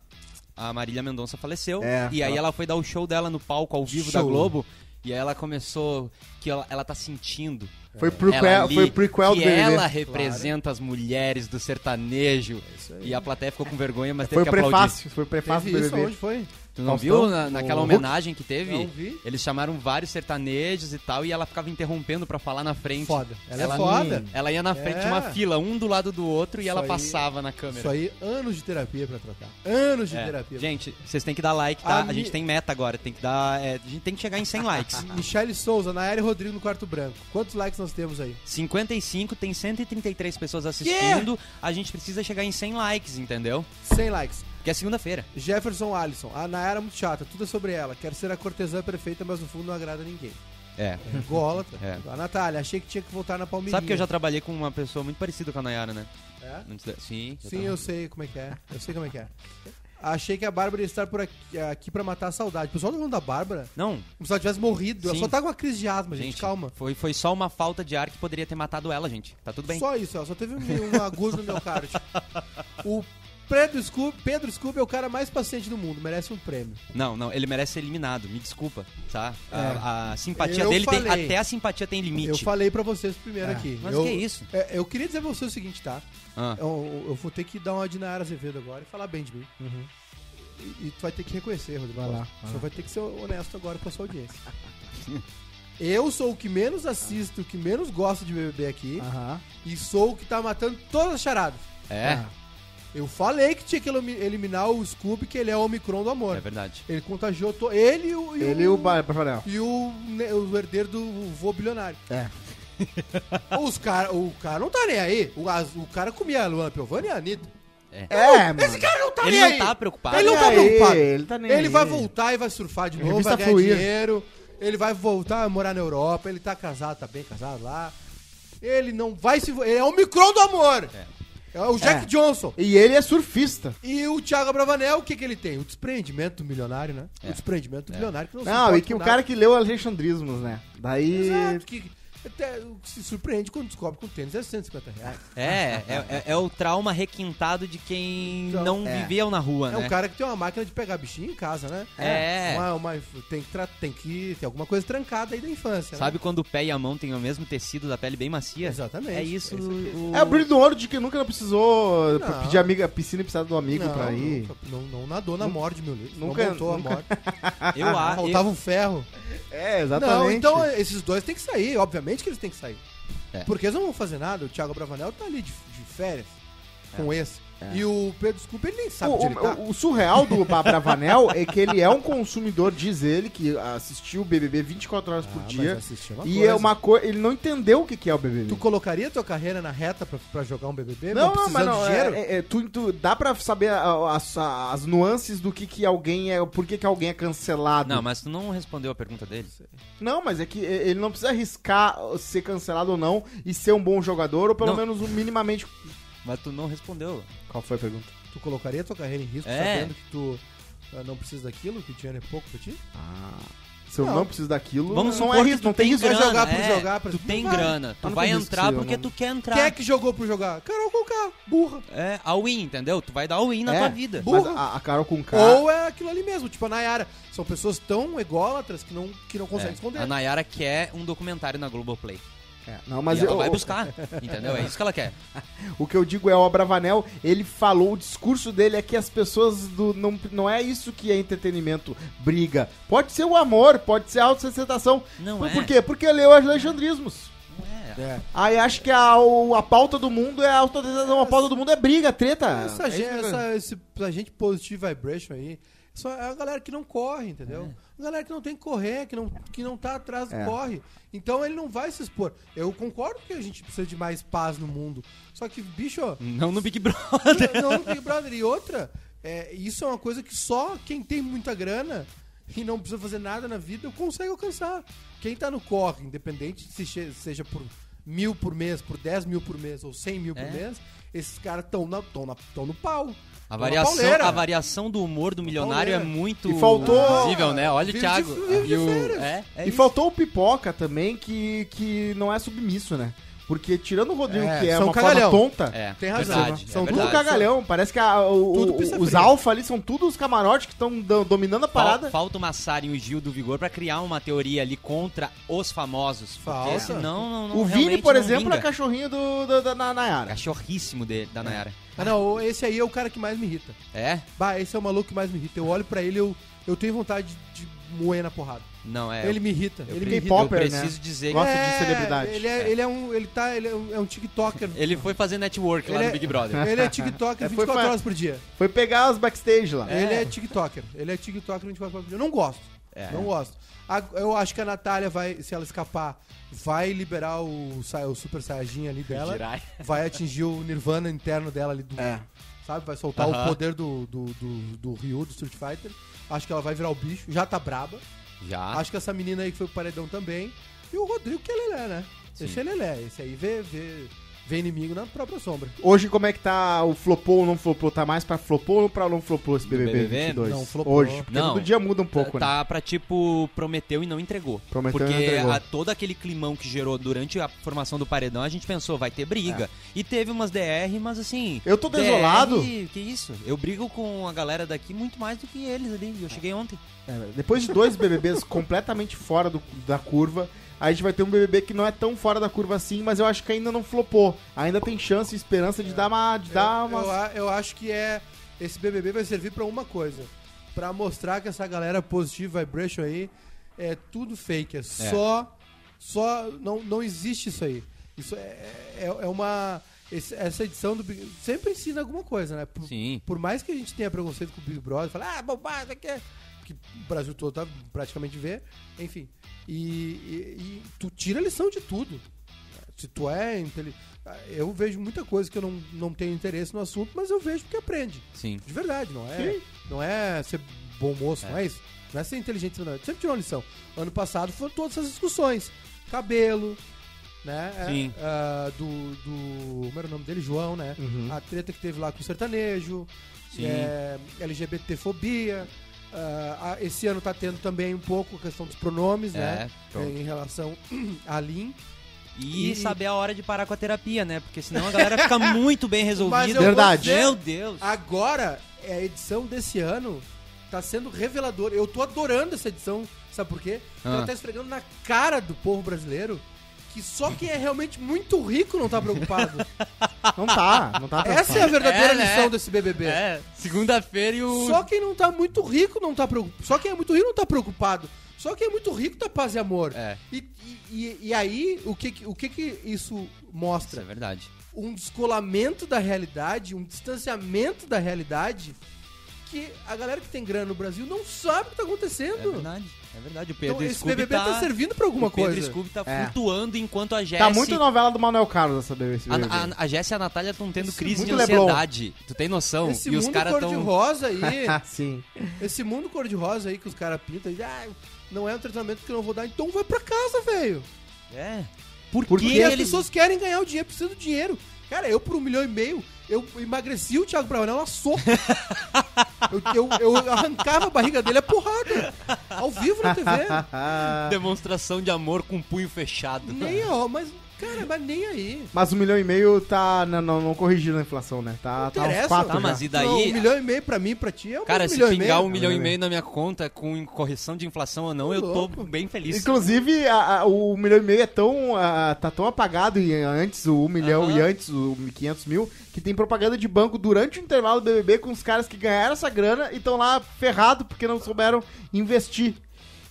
Speaker 4: A Marília Mendonça faleceu.
Speaker 2: É,
Speaker 4: e aí
Speaker 2: ela-
Speaker 4: ela foi dar o show dela no palco ao vivo da
Speaker 5: Show.
Speaker 4: Globo. E aí ela começou que ela, ela tá sentindo.
Speaker 2: Foi
Speaker 4: ela
Speaker 2: prequel,
Speaker 4: ali,
Speaker 2: foi prequel do
Speaker 4: que
Speaker 2: BBB.
Speaker 4: ela representa as mulheres do sertanejo. E a plateia ficou com vergonha, mas teve
Speaker 2: É Foi o
Speaker 4: que aplaudir.
Speaker 2: prefácio, foi o prefácio
Speaker 5: Teve
Speaker 2: do
Speaker 5: isso,
Speaker 2: BBB.
Speaker 5: onde foi?
Speaker 4: Tu não
Speaker 2: Faustão?
Speaker 4: viu na- naquela
Speaker 2: O Hulk?
Speaker 4: homenagem que teve?
Speaker 5: Não vi.
Speaker 4: Eles chamaram vários sertanejos e tal, e ela ficava interrompendo pra falar na frente.
Speaker 5: Foda. Ela,
Speaker 4: Ela
Speaker 5: é foda.
Speaker 4: Ela ia na frente de uma
Speaker 5: É.
Speaker 4: fila, um do lado do outro, e
Speaker 5: Isso
Speaker 4: ela
Speaker 5: aí-
Speaker 4: passava na câmera.
Speaker 5: Isso aí, anos de terapia pra tratar. Anos de
Speaker 4: É.
Speaker 5: terapia.
Speaker 4: Gente, vocês têm que dar like, tá?
Speaker 5: A
Speaker 4: A,
Speaker 5: mi-
Speaker 4: gente tem meta agora, tem que dar. é, a gente tem que chegar em 100 likes.
Speaker 5: Michele Souza, Nayara e Rodrigo no quarto branco. Quantos likes nós temos aí?
Speaker 4: 55, tem 133 pessoas assistindo. A gente precisa chegar em 100 likes, entendeu?
Speaker 5: 100 likes.
Speaker 4: Que é segunda-feira.
Speaker 5: Jefferson Alisson, a Nayara é muito chata, tudo é sobre ela. Quer ser a cortesã perfeita, mas no fundo não agrada ninguém.
Speaker 4: É.
Speaker 5: Golata.
Speaker 4: É.
Speaker 5: A Natália, achei que tinha que voltar na Palmeirinha.
Speaker 4: Sabe que eu já trabalhei com uma pessoa muito parecida com a Nayara, né?
Speaker 5: É?
Speaker 4: Antes da- Sim. já
Speaker 5: Sim,
Speaker 4: tava-
Speaker 5: eu sei como é que é. Eu sei como é que é. Achei que a Bárbara ia estar por aqui, aqui pra matar a saudade. O pessoal tá falando da Bárbara,
Speaker 4: Não,
Speaker 5: como se ela tivesse morrido. Ela
Speaker 4: Sim.
Speaker 5: só tá com uma crise de asma, gente.
Speaker 4: gente,
Speaker 5: Calma.
Speaker 4: Foi, foi só uma falta de ar que poderia ter matado ela, gente. Tá tudo bem.
Speaker 5: Só isso, ela só teve um, um agudo no miocárdio. O Pedro Scooby, Pedro Scooby é o cara mais paciente do mundo, merece um prêmio.
Speaker 4: Não, não, ele merece ser eliminado, me desculpa, tá? A, a simpatia
Speaker 5: É. Eu
Speaker 4: dele tem.
Speaker 5: falei.
Speaker 4: Até a simpatia tem limite.
Speaker 5: Eu falei pra vocês primeiro aqui.
Speaker 4: Mas
Speaker 5: eu,
Speaker 4: que isso?
Speaker 5: é, Eu queria dizer pra você o seguinte, tá?
Speaker 4: Ah.
Speaker 5: Eu, eu vou ter que dar uma de Nayara Azevedo agora e falar bem de mim.
Speaker 4: Uhum.
Speaker 5: E, e tu vai ter que reconhecer, Rodrigo.
Speaker 2: Vai lá,
Speaker 5: Costa.
Speaker 2: vai
Speaker 5: Só
Speaker 2: lá.
Speaker 5: vai ter que ser honesto agora com a sua audiência. eu sou o que menos assisto, o que menos gosto de BBB aqui.
Speaker 4: Ah.
Speaker 2: Aham.
Speaker 5: E sou o que tá matando todas as charadas. Ah.
Speaker 4: É,
Speaker 5: Eu falei que tinha que elimi- eliminar o Scooby, que ele é o Omicron do amor.
Speaker 4: é verdade.
Speaker 5: Ele contagiou to... ele e o. e
Speaker 2: Ele e o Bar- Rafael.
Speaker 5: E o, ne- o herdeiro do vô bilionário.
Speaker 2: É.
Speaker 5: Os cara, o cara não tá nem aí. O, as- o cara comia a Luana Piovani e a Anitta.
Speaker 2: É, mano.
Speaker 5: Esse cara não tá
Speaker 4: Ele
Speaker 5: nem
Speaker 4: não
Speaker 5: aí.
Speaker 4: tá preocupado.
Speaker 5: Ele não tá
Speaker 2: nem aí,
Speaker 5: preocupado.
Speaker 2: ele tá nem
Speaker 5: Ele
Speaker 2: aí.
Speaker 5: vai voltar e vai surfar de novo, vai
Speaker 2: Revista
Speaker 5: ganhar
Speaker 2: Fluir.
Speaker 5: dinheiro. Ele vai voltar a morar na Europa. Ele tá casado, tá bem casado lá. Ele não vai se... vo- Ele é o micro do amor. É, o Jack
Speaker 2: É.
Speaker 5: Johnson.
Speaker 2: E ele é surfista.
Speaker 5: E o Thiago Abravanel, o que, que ele tem? O desprendimento do milionário, né?
Speaker 2: É.
Speaker 5: O desprendimento do milionário que não se
Speaker 2: Não,
Speaker 5: importa
Speaker 2: e que
Speaker 5: com
Speaker 2: o
Speaker 5: nada.
Speaker 2: cara que leu Alexandrismos, né? Daí.
Speaker 5: Exato, que- até se surpreende quando descobre que o tênis é 150 reais.
Speaker 4: É, é, é- é o trauma requintado de quem
Speaker 5: Então,
Speaker 4: não
Speaker 2: é.
Speaker 4: viveu na rua,
Speaker 5: É
Speaker 4: né?
Speaker 5: um cara que tem uma máquina de pegar bichinho em casa, né?
Speaker 4: É.
Speaker 5: Uma, uma- tem, que tra- tem que ter alguma coisa trancada aí da infância. né?
Speaker 4: Sabe quando o pé e a mão têm o mesmo tecido da pele bem macia?
Speaker 5: Exatamente.
Speaker 4: É isso.
Speaker 5: É isso aqui.
Speaker 4: o-
Speaker 2: É o brilho do ouro de que nunca precisou
Speaker 5: Não.
Speaker 2: pedir amiga, piscina e precisar do
Speaker 5: né?
Speaker 2: amigo
Speaker 5: Não,
Speaker 2: pra ir.
Speaker 5: nunca- Não, não nadou na morte, meu livro.
Speaker 2: Nunca-
Speaker 5: não botou
Speaker 2: nunca- Ah,
Speaker 5: a morte.
Speaker 4: Eu, a- eu,
Speaker 5: Faltava um ferro.
Speaker 2: É,
Speaker 5: Não, então esses dois têm que sair. Obviamente que eles têm que sair.
Speaker 4: É.
Speaker 5: Porque eles não vão fazer nada. O Thiago Bravanel tá ali de, de férias com esse. E o Pedro Scooper ele nem sabe onde ele tá.
Speaker 2: É. O, o- o surreal do Ba- Bravanel é que ele é um consumidor, diz ele, que assistiu o BBB 24 horas por
Speaker 5: Ah, mas
Speaker 2: dia.
Speaker 5: assistir é uma
Speaker 2: E
Speaker 5: coisa.
Speaker 2: é uma coisa. Ele não entendeu o que, que é o BBB.
Speaker 5: Tu colocaria tua carreira na reta pra, pra jogar um BBB?
Speaker 2: Não, não,
Speaker 5: precisando
Speaker 2: mas não.
Speaker 5: de
Speaker 2: é-
Speaker 5: dinheiro?
Speaker 2: é- é, tu, tu- dá pra saber a- a- as, as nuances do que, que alguém é. Por que, que alguém é cancelado.
Speaker 4: Não, mas tu não respondeu a pergunta dele.
Speaker 2: Não, mas é que e- ele não precisa arriscar ser cancelado ou não e ser um bom jogador, ou pelo
Speaker 4: Não.
Speaker 2: menos um minimamente.
Speaker 4: Mas tu não respondeu.
Speaker 2: Qual foi a pergunta?
Speaker 5: Tu colocaria tua carreira em risco
Speaker 4: É.
Speaker 5: sabendo que tu ah, não precisa daquilo, que o dinheiro é pouco pra ti?
Speaker 2: Se eu não,
Speaker 5: Não.
Speaker 2: preciso daquilo.
Speaker 4: Vamos
Speaker 2: não
Speaker 4: supor que
Speaker 2: risco,
Speaker 4: tu tem
Speaker 5: vai
Speaker 4: grana.
Speaker 5: jogar por
Speaker 4: é,
Speaker 5: jogar, por-
Speaker 4: Tu tem
Speaker 5: Não vai.
Speaker 4: grana. Tu
Speaker 2: não
Speaker 4: vai
Speaker 2: tem
Speaker 4: entrar
Speaker 2: risco, eu
Speaker 4: porque
Speaker 2: não-
Speaker 4: tu quer entrar.
Speaker 5: Quem é que jogou por jogar? Carol Conká, burra.
Speaker 4: É, all in, entendeu? Tu vai dar all in na
Speaker 2: É.
Speaker 4: tua vida.
Speaker 5: Bu-
Speaker 2: Mas
Speaker 5: burro.
Speaker 2: a, a Carol com K.
Speaker 5: Ou é aquilo ali mesmo, tipo a Nayara. São pessoas tão ególatras que não, que não conseguem
Speaker 4: É,
Speaker 5: esconder.
Speaker 4: A Nayara quer um documentário na Globoplay.
Speaker 2: É, não, mas
Speaker 4: e ela
Speaker 2: eu-
Speaker 4: vai buscar, entendeu? É isso que ela quer.
Speaker 2: O que eu digo é o Abravanel, ele falou, o discurso dele é que as pessoas do. Não, não é isso que é entretenimento, briga. Pode ser o amor, pode ser a autossustentação.
Speaker 4: Não
Speaker 2: Por,
Speaker 4: é.
Speaker 2: por quê? Porque leu os Alexandrismos.
Speaker 4: Não é.
Speaker 2: Aí acho que a, o- a pauta do mundo é a autossustentação, a pauta do mundo é briga, treta.
Speaker 5: Essa,
Speaker 2: É
Speaker 5: gente,
Speaker 2: isso que eu-
Speaker 5: essa, esse, essa gente positive vibration aí só é a galera que não corre, entendeu? A galera que não tem que correr, que não, que não tá atrás do
Speaker 2: É.
Speaker 5: corre. Então ele não vai se expor. Eu concordo que a gente precisa de mais paz no mundo. Só que, bicho,
Speaker 4: Não no Big Brother.
Speaker 5: não, não, Big Brother. E outra, é, isso é uma coisa que só quem tem muita grana e não precisa fazer nada na vida consegue alcançar. Quem tá no corre, independente se che- seja por mil por mês, por 10 mil por mês ou 100 mil
Speaker 4: É.
Speaker 5: por mês, esses caras estão na, tão na, tão no pau.
Speaker 4: A
Speaker 5: Tão na
Speaker 4: variação,
Speaker 5: pauleira.
Speaker 4: a variação do humor do milionário é
Speaker 5: pauleira.
Speaker 4: muito
Speaker 2: E faltou-
Speaker 4: visível, né? Olha o
Speaker 5: Vive de-
Speaker 4: Thiago.
Speaker 5: vive de
Speaker 4: E o-
Speaker 5: férias.
Speaker 4: é, é
Speaker 2: e
Speaker 4: isso.
Speaker 2: faltou o Pipoca também, que, que não é submisso, né? Porque tirando o Rodrigo,
Speaker 5: É,
Speaker 2: que é
Speaker 5: são
Speaker 2: uma
Speaker 5: cagalhão.
Speaker 2: forma tonta.
Speaker 4: É,
Speaker 5: Tem razão,
Speaker 4: Verdade,
Speaker 2: São
Speaker 4: é
Speaker 2: tudo
Speaker 4: verdade.
Speaker 2: cagalhão. Parece que a- o-
Speaker 5: Tudo
Speaker 2: o-
Speaker 5: pizza
Speaker 2: os
Speaker 5: fria.
Speaker 2: alfa ali são tudo os camarotes que estão dominando a
Speaker 4: Fal-
Speaker 2: parada.
Speaker 4: Falta o Massari e o Gil do Vigor pra criar uma teoria ali contra os famosos.
Speaker 5: Falta.
Speaker 4: Porque senão não, não
Speaker 2: o Vini,
Speaker 4: realmente
Speaker 2: por
Speaker 4: não
Speaker 2: exemplo,
Speaker 4: vinga.
Speaker 2: é cachorrinho do, do- da, da Nayara.
Speaker 4: Cachorríssimo de, da Nayara.
Speaker 5: Ah, não, esse aí é o cara que mais me irrita.
Speaker 4: É?
Speaker 5: Bah, esse é o maluco que mais me irrita. Eu olho pra ele, eu, eu tenho vontade de, de moer na porrada.
Speaker 4: Não, é.
Speaker 5: ele me irrita.
Speaker 4: eu,
Speaker 5: ele
Speaker 4: pre-
Speaker 5: me irrita.
Speaker 4: eu
Speaker 2: K-popper, né?
Speaker 4: preciso dizer que
Speaker 2: Gosta de celebridade.
Speaker 5: Ele é,
Speaker 4: É.
Speaker 5: ele é um. Ele tá. Ele é um, é um TikToker.
Speaker 4: ele foi fazer network lá
Speaker 5: Ele
Speaker 4: no
Speaker 5: é-
Speaker 4: Big Brother.
Speaker 5: Ele é TikToker
Speaker 2: É, foi
Speaker 5: 24
Speaker 2: fa-
Speaker 5: horas por dia.
Speaker 2: Foi pegar as backstage lá.
Speaker 5: Ele é TikToker. Ele é TikToker 24 horas por dia. Eu não gosto.
Speaker 4: É.
Speaker 5: Não gosto. A- Eu acho que a Natália vai, se ela escapar, vai liberar o, sa- o Super Saiyajin ali dela.
Speaker 4: Jirai.
Speaker 5: Vai atingir o Nirvana interno dela ali do. Sabe? Vai soltar
Speaker 4: Aham.
Speaker 5: o poder do, do, do, do Ryu, do Street Fighter. Acho que ela vai virar o bicho. Já tá braba.
Speaker 4: Já.
Speaker 5: Acho que essa menina aí que foi pro paredão também. E o Rodrigo que é lelé, né? Esse é lelé. Esse aí vê, vê, vê inimigo na própria sombra.
Speaker 2: Hoje, como é que tá o flopou ou não flopou? Tá mais pra flopou ou pra não flopou esse BBB,
Speaker 4: BBB?
Speaker 2: 22?
Speaker 5: Não, flopou.
Speaker 2: Hoje, porque
Speaker 4: Não.
Speaker 2: todo dia muda um pouco, né?
Speaker 4: tá pra tipo, prometeu e não entregou.
Speaker 2: Prometeu e
Speaker 4: Porque
Speaker 2: não entregou.
Speaker 4: a- todo aquele climão que gerou durante a formação do paredão, a gente pensou, vai ter briga. E teve umas DR, mas assim.
Speaker 2: Eu tô
Speaker 4: DR,
Speaker 2: desolado.
Speaker 4: que isso? Eu brigo com a galera daqui muito mais do que eles ali. Eu cheguei ontem.
Speaker 2: É, depois de dois BBBs completamente fora do- da curva, a gente vai ter um BBB que não é tão fora da curva assim, mas eu acho que ainda não flopou. Ainda tem chance e esperança de dar uma... De dar
Speaker 5: eu,
Speaker 2: uma...
Speaker 5: eu a- eu acho que é. Esse BBB vai servir pra uma coisa: Pra mostrar que essa galera positiva vibration aí é tudo fake. É só. Só. Não, não existe isso aí. Isso é, é, é uma. esse- essa edição do Big sempre ensina alguma coisa, né? Por,
Speaker 4: Sim.
Speaker 5: por mais que a gente tenha preconceito com o Big Brother, fala, ah, bobagem, isso aqui é. Que o Brasil todo tá praticamente vê. Enfim. E, e- e tu tira a lição de tudo. Se tu é inteligente. Eu vejo muita coisa que eu não, não tenho interesse no assunto, mas eu vejo porque aprende.
Speaker 4: Sim.
Speaker 5: De verdade, não é, não é ser bom moço, não é isso. Não é ser inteligente, não. Sempre tirou uma lição. Ano passado foram todas essas discussões. Cabelo, né? É,
Speaker 4: Sim.
Speaker 5: ah, do, do. Como era o nome dele? João, né? A treta que teve lá com o sertanejo.
Speaker 4: Sim.
Speaker 5: É, LGBTfobia. ah, a- esse ano tá tendo também um pouco a questão dos pronomes,
Speaker 4: É,
Speaker 5: né?
Speaker 4: pronto.
Speaker 5: Em relação a Lin.
Speaker 4: E, saber a hora de parar com a terapia, né? Porque senão a galera fica muito bem
Speaker 5: Mas eu
Speaker 4: resolvida.
Speaker 5: vou
Speaker 2: Verdade.
Speaker 5: dizer,
Speaker 4: Meu Deus.
Speaker 5: Agora, é a edição desse ano tá sendo reveladora. Eu tô adorando essa edição, sabe por quê? Porque
Speaker 4: Ah.
Speaker 5: Ela tá esfregando na cara do povo brasileiro que só quem é realmente muito rico não tá preocupado.
Speaker 2: Não tá, não tá
Speaker 5: Essa é a verdadeira
Speaker 4: É, né?
Speaker 5: lição desse BBB.
Speaker 4: É, segunda-feira e o.
Speaker 5: Só quem não tá muito rico não tá preocupado. Só quem é muito rico não tá preocupado. Só quem é muito rico tá paz e amor.
Speaker 4: É.
Speaker 5: E, e- e, e aí, o que, que- o que, que isso
Speaker 4: Isso é
Speaker 5: mostra?
Speaker 4: verdade.
Speaker 5: Um descolamento da realidade, um distanciamento da realidade que a galera que tem grana no Brasil não sabe o que tá
Speaker 4: É
Speaker 5: acontecendo.
Speaker 4: verdade. É verdade. O Pedro
Speaker 5: então, esse
Speaker 4: Scooby
Speaker 5: BBB tá... servindo pra alguma
Speaker 4: o Pedro
Speaker 5: coisa.
Speaker 4: Scooby tá
Speaker 2: É.
Speaker 4: flutuando enquanto a Jessie.
Speaker 2: Tá muito novela do Manuel Carlos essa BBC.
Speaker 4: A, a, a Jessie e a Natália estão tendo
Speaker 5: Esse
Speaker 4: crise de
Speaker 2: muito Leblon.
Speaker 4: ansiedade. Tu tem noção?
Speaker 5: Esse
Speaker 4: e os
Speaker 5: mundo
Speaker 4: caras estão.
Speaker 5: cor-de-rosa aí,
Speaker 2: Sim.
Speaker 5: esse mundo cor-de-rosa aí que os caras pintam, e, ah, não é um tratamento que eu não vou dar, então vai pra casa, velho.
Speaker 4: É. Por,
Speaker 2: Por
Speaker 4: que
Speaker 5: Porque as
Speaker 4: eles.
Speaker 5: pessoas querem ganhar o dinheiro, precisam do dinheiro. Cara, eu por um milhão e meio, eu emagreci o Thiago Bravanel a soco. eu, eu- eu arrancava a barriga dele a porrada. Ao vivo na TV.
Speaker 2: Ah,
Speaker 4: Demonstração de amor com o punho fechado.
Speaker 5: Nem um ó, mas, cara, mas nem aí.
Speaker 2: Mas um milhão e meio tá não, não, não corrigindo a inflação, né? Tá, tá uns
Speaker 5: interessa,
Speaker 2: quatro
Speaker 4: Tá,
Speaker 2: já.
Speaker 4: mas e daí?
Speaker 5: Não, um milhão e meio pra mim, pra ti, é um
Speaker 4: Cara, se
Speaker 5: milhão
Speaker 4: pingar
Speaker 5: e
Speaker 4: um
Speaker 5: meio.
Speaker 2: Milhão
Speaker 4: milhão e
Speaker 2: e
Speaker 4: meio na minha conta com correção de inflação ou não, eu tô
Speaker 5: louco.
Speaker 4: bem feliz.
Speaker 2: Inclusive, a- a- o milhão e meio é tão. ah, tá tão apagado e antes, o 1 milhão
Speaker 4: Aham.
Speaker 2: e antes, o 500 mil, que tem propaganda de banco durante o intervalo do BBB com os caras que ganharam essa grana e estão lá ferrado porque não souberam investir.